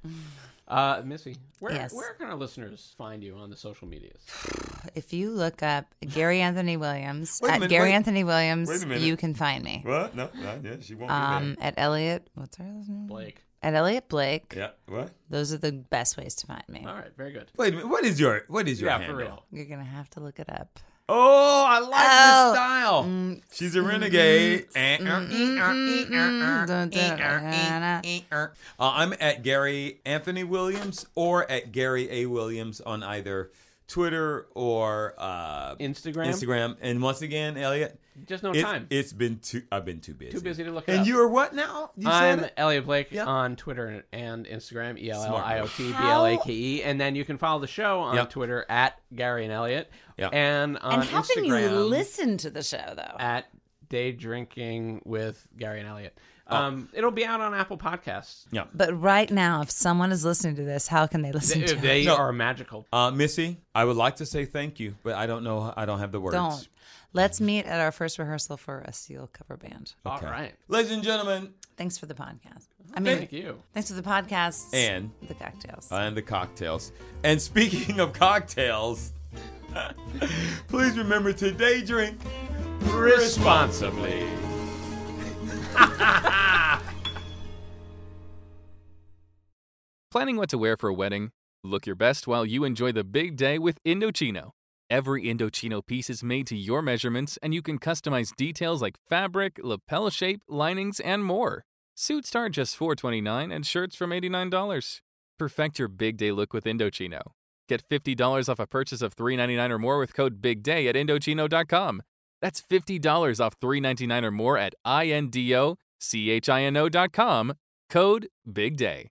D: Uh, Missy, where
E: Yes.
D: where can our listeners find you on the social medias?
E: If you look up Gary Anthony Williams
B: Wait a
E: at
B: minute,
E: Gary
B: wait-
E: Anthony Williams,
B: wait a minute.
E: you can find me.
B: What? No, no yeah, she won't
E: Um, at Elliot. What's her last name?
D: Blake.
E: At Elliot Blake.
B: Yeah. What?
E: Those are the best ways to find me.
D: All right, very good.
B: Wait a minute. What is your what is your
D: yeah,
B: handle?
D: for real.
E: You're gonna have to look it up.
B: Oh, I like
E: Oh.
B: this style.
D: Mm,
B: She's a renegade. Eh, er, eh, er, eh,
D: mm,
B: er, er,
E: Dun, dun,
B: eh, er, eh,
E: dun,
B: eh, er. Uh, I'm at Gary Anthony Williams or at Gary A Williams on either Twitter or uh,
D: Instagram.
B: Instagram. And once again, Elliot,
D: Just no
B: it,
D: time.
B: has been too. I've been too busy.
D: Too busy to look it
B: And
D: up.
B: you are what now? You
D: I'm
B: said it?
D: Elliot Blake
B: Yeah.
D: on Twitter and Instagram, E L L I O T B
E: How-
D: L A K E. And then you can follow the show on
B: Yep.
D: Twitter at Gary and Elliot.
B: Yep.
D: And on
E: and how
D: Instagram
E: can you listen to the show though?
D: at Day Drinking with Gary and Elliot. Um, It'll be out on Apple Podcasts.
B: Oh. Yeah.
E: but right now, if someone is listening to this, how can they listen
D: They,
E: to it?
D: they
B: No.
D: are magical.
B: Uh, Missy, I would like to say thank you, but I don't know. I don't have the words.
E: Don't. Let's meet at our first rehearsal for a Seal cover band.
D: All
B: Okay.
D: right.
B: Ladies and gentlemen,
E: Thanks for the podcast. I mean,
D: Thank you.
E: thanks for the podcast
B: and
E: the cocktails.
B: and the cocktails. And speaking of cocktails, please remember today drink
D: Responsibly.
A: Planning what to wear for a wedding? Look your best while you enjoy the big day with Indochino. Every Indochino piece is made to your measurements, and you can customize details like fabric, lapel shape, linings, and more. Suits start just $4.29 and shirts from $89. Perfect your big day look with Indochino. Get $50 off a purchase of $3.99 or more with code BIGDAY at Indochino.com. That's $50 off $3.99 or more at INDOCHINO.com. Code BIGDAY.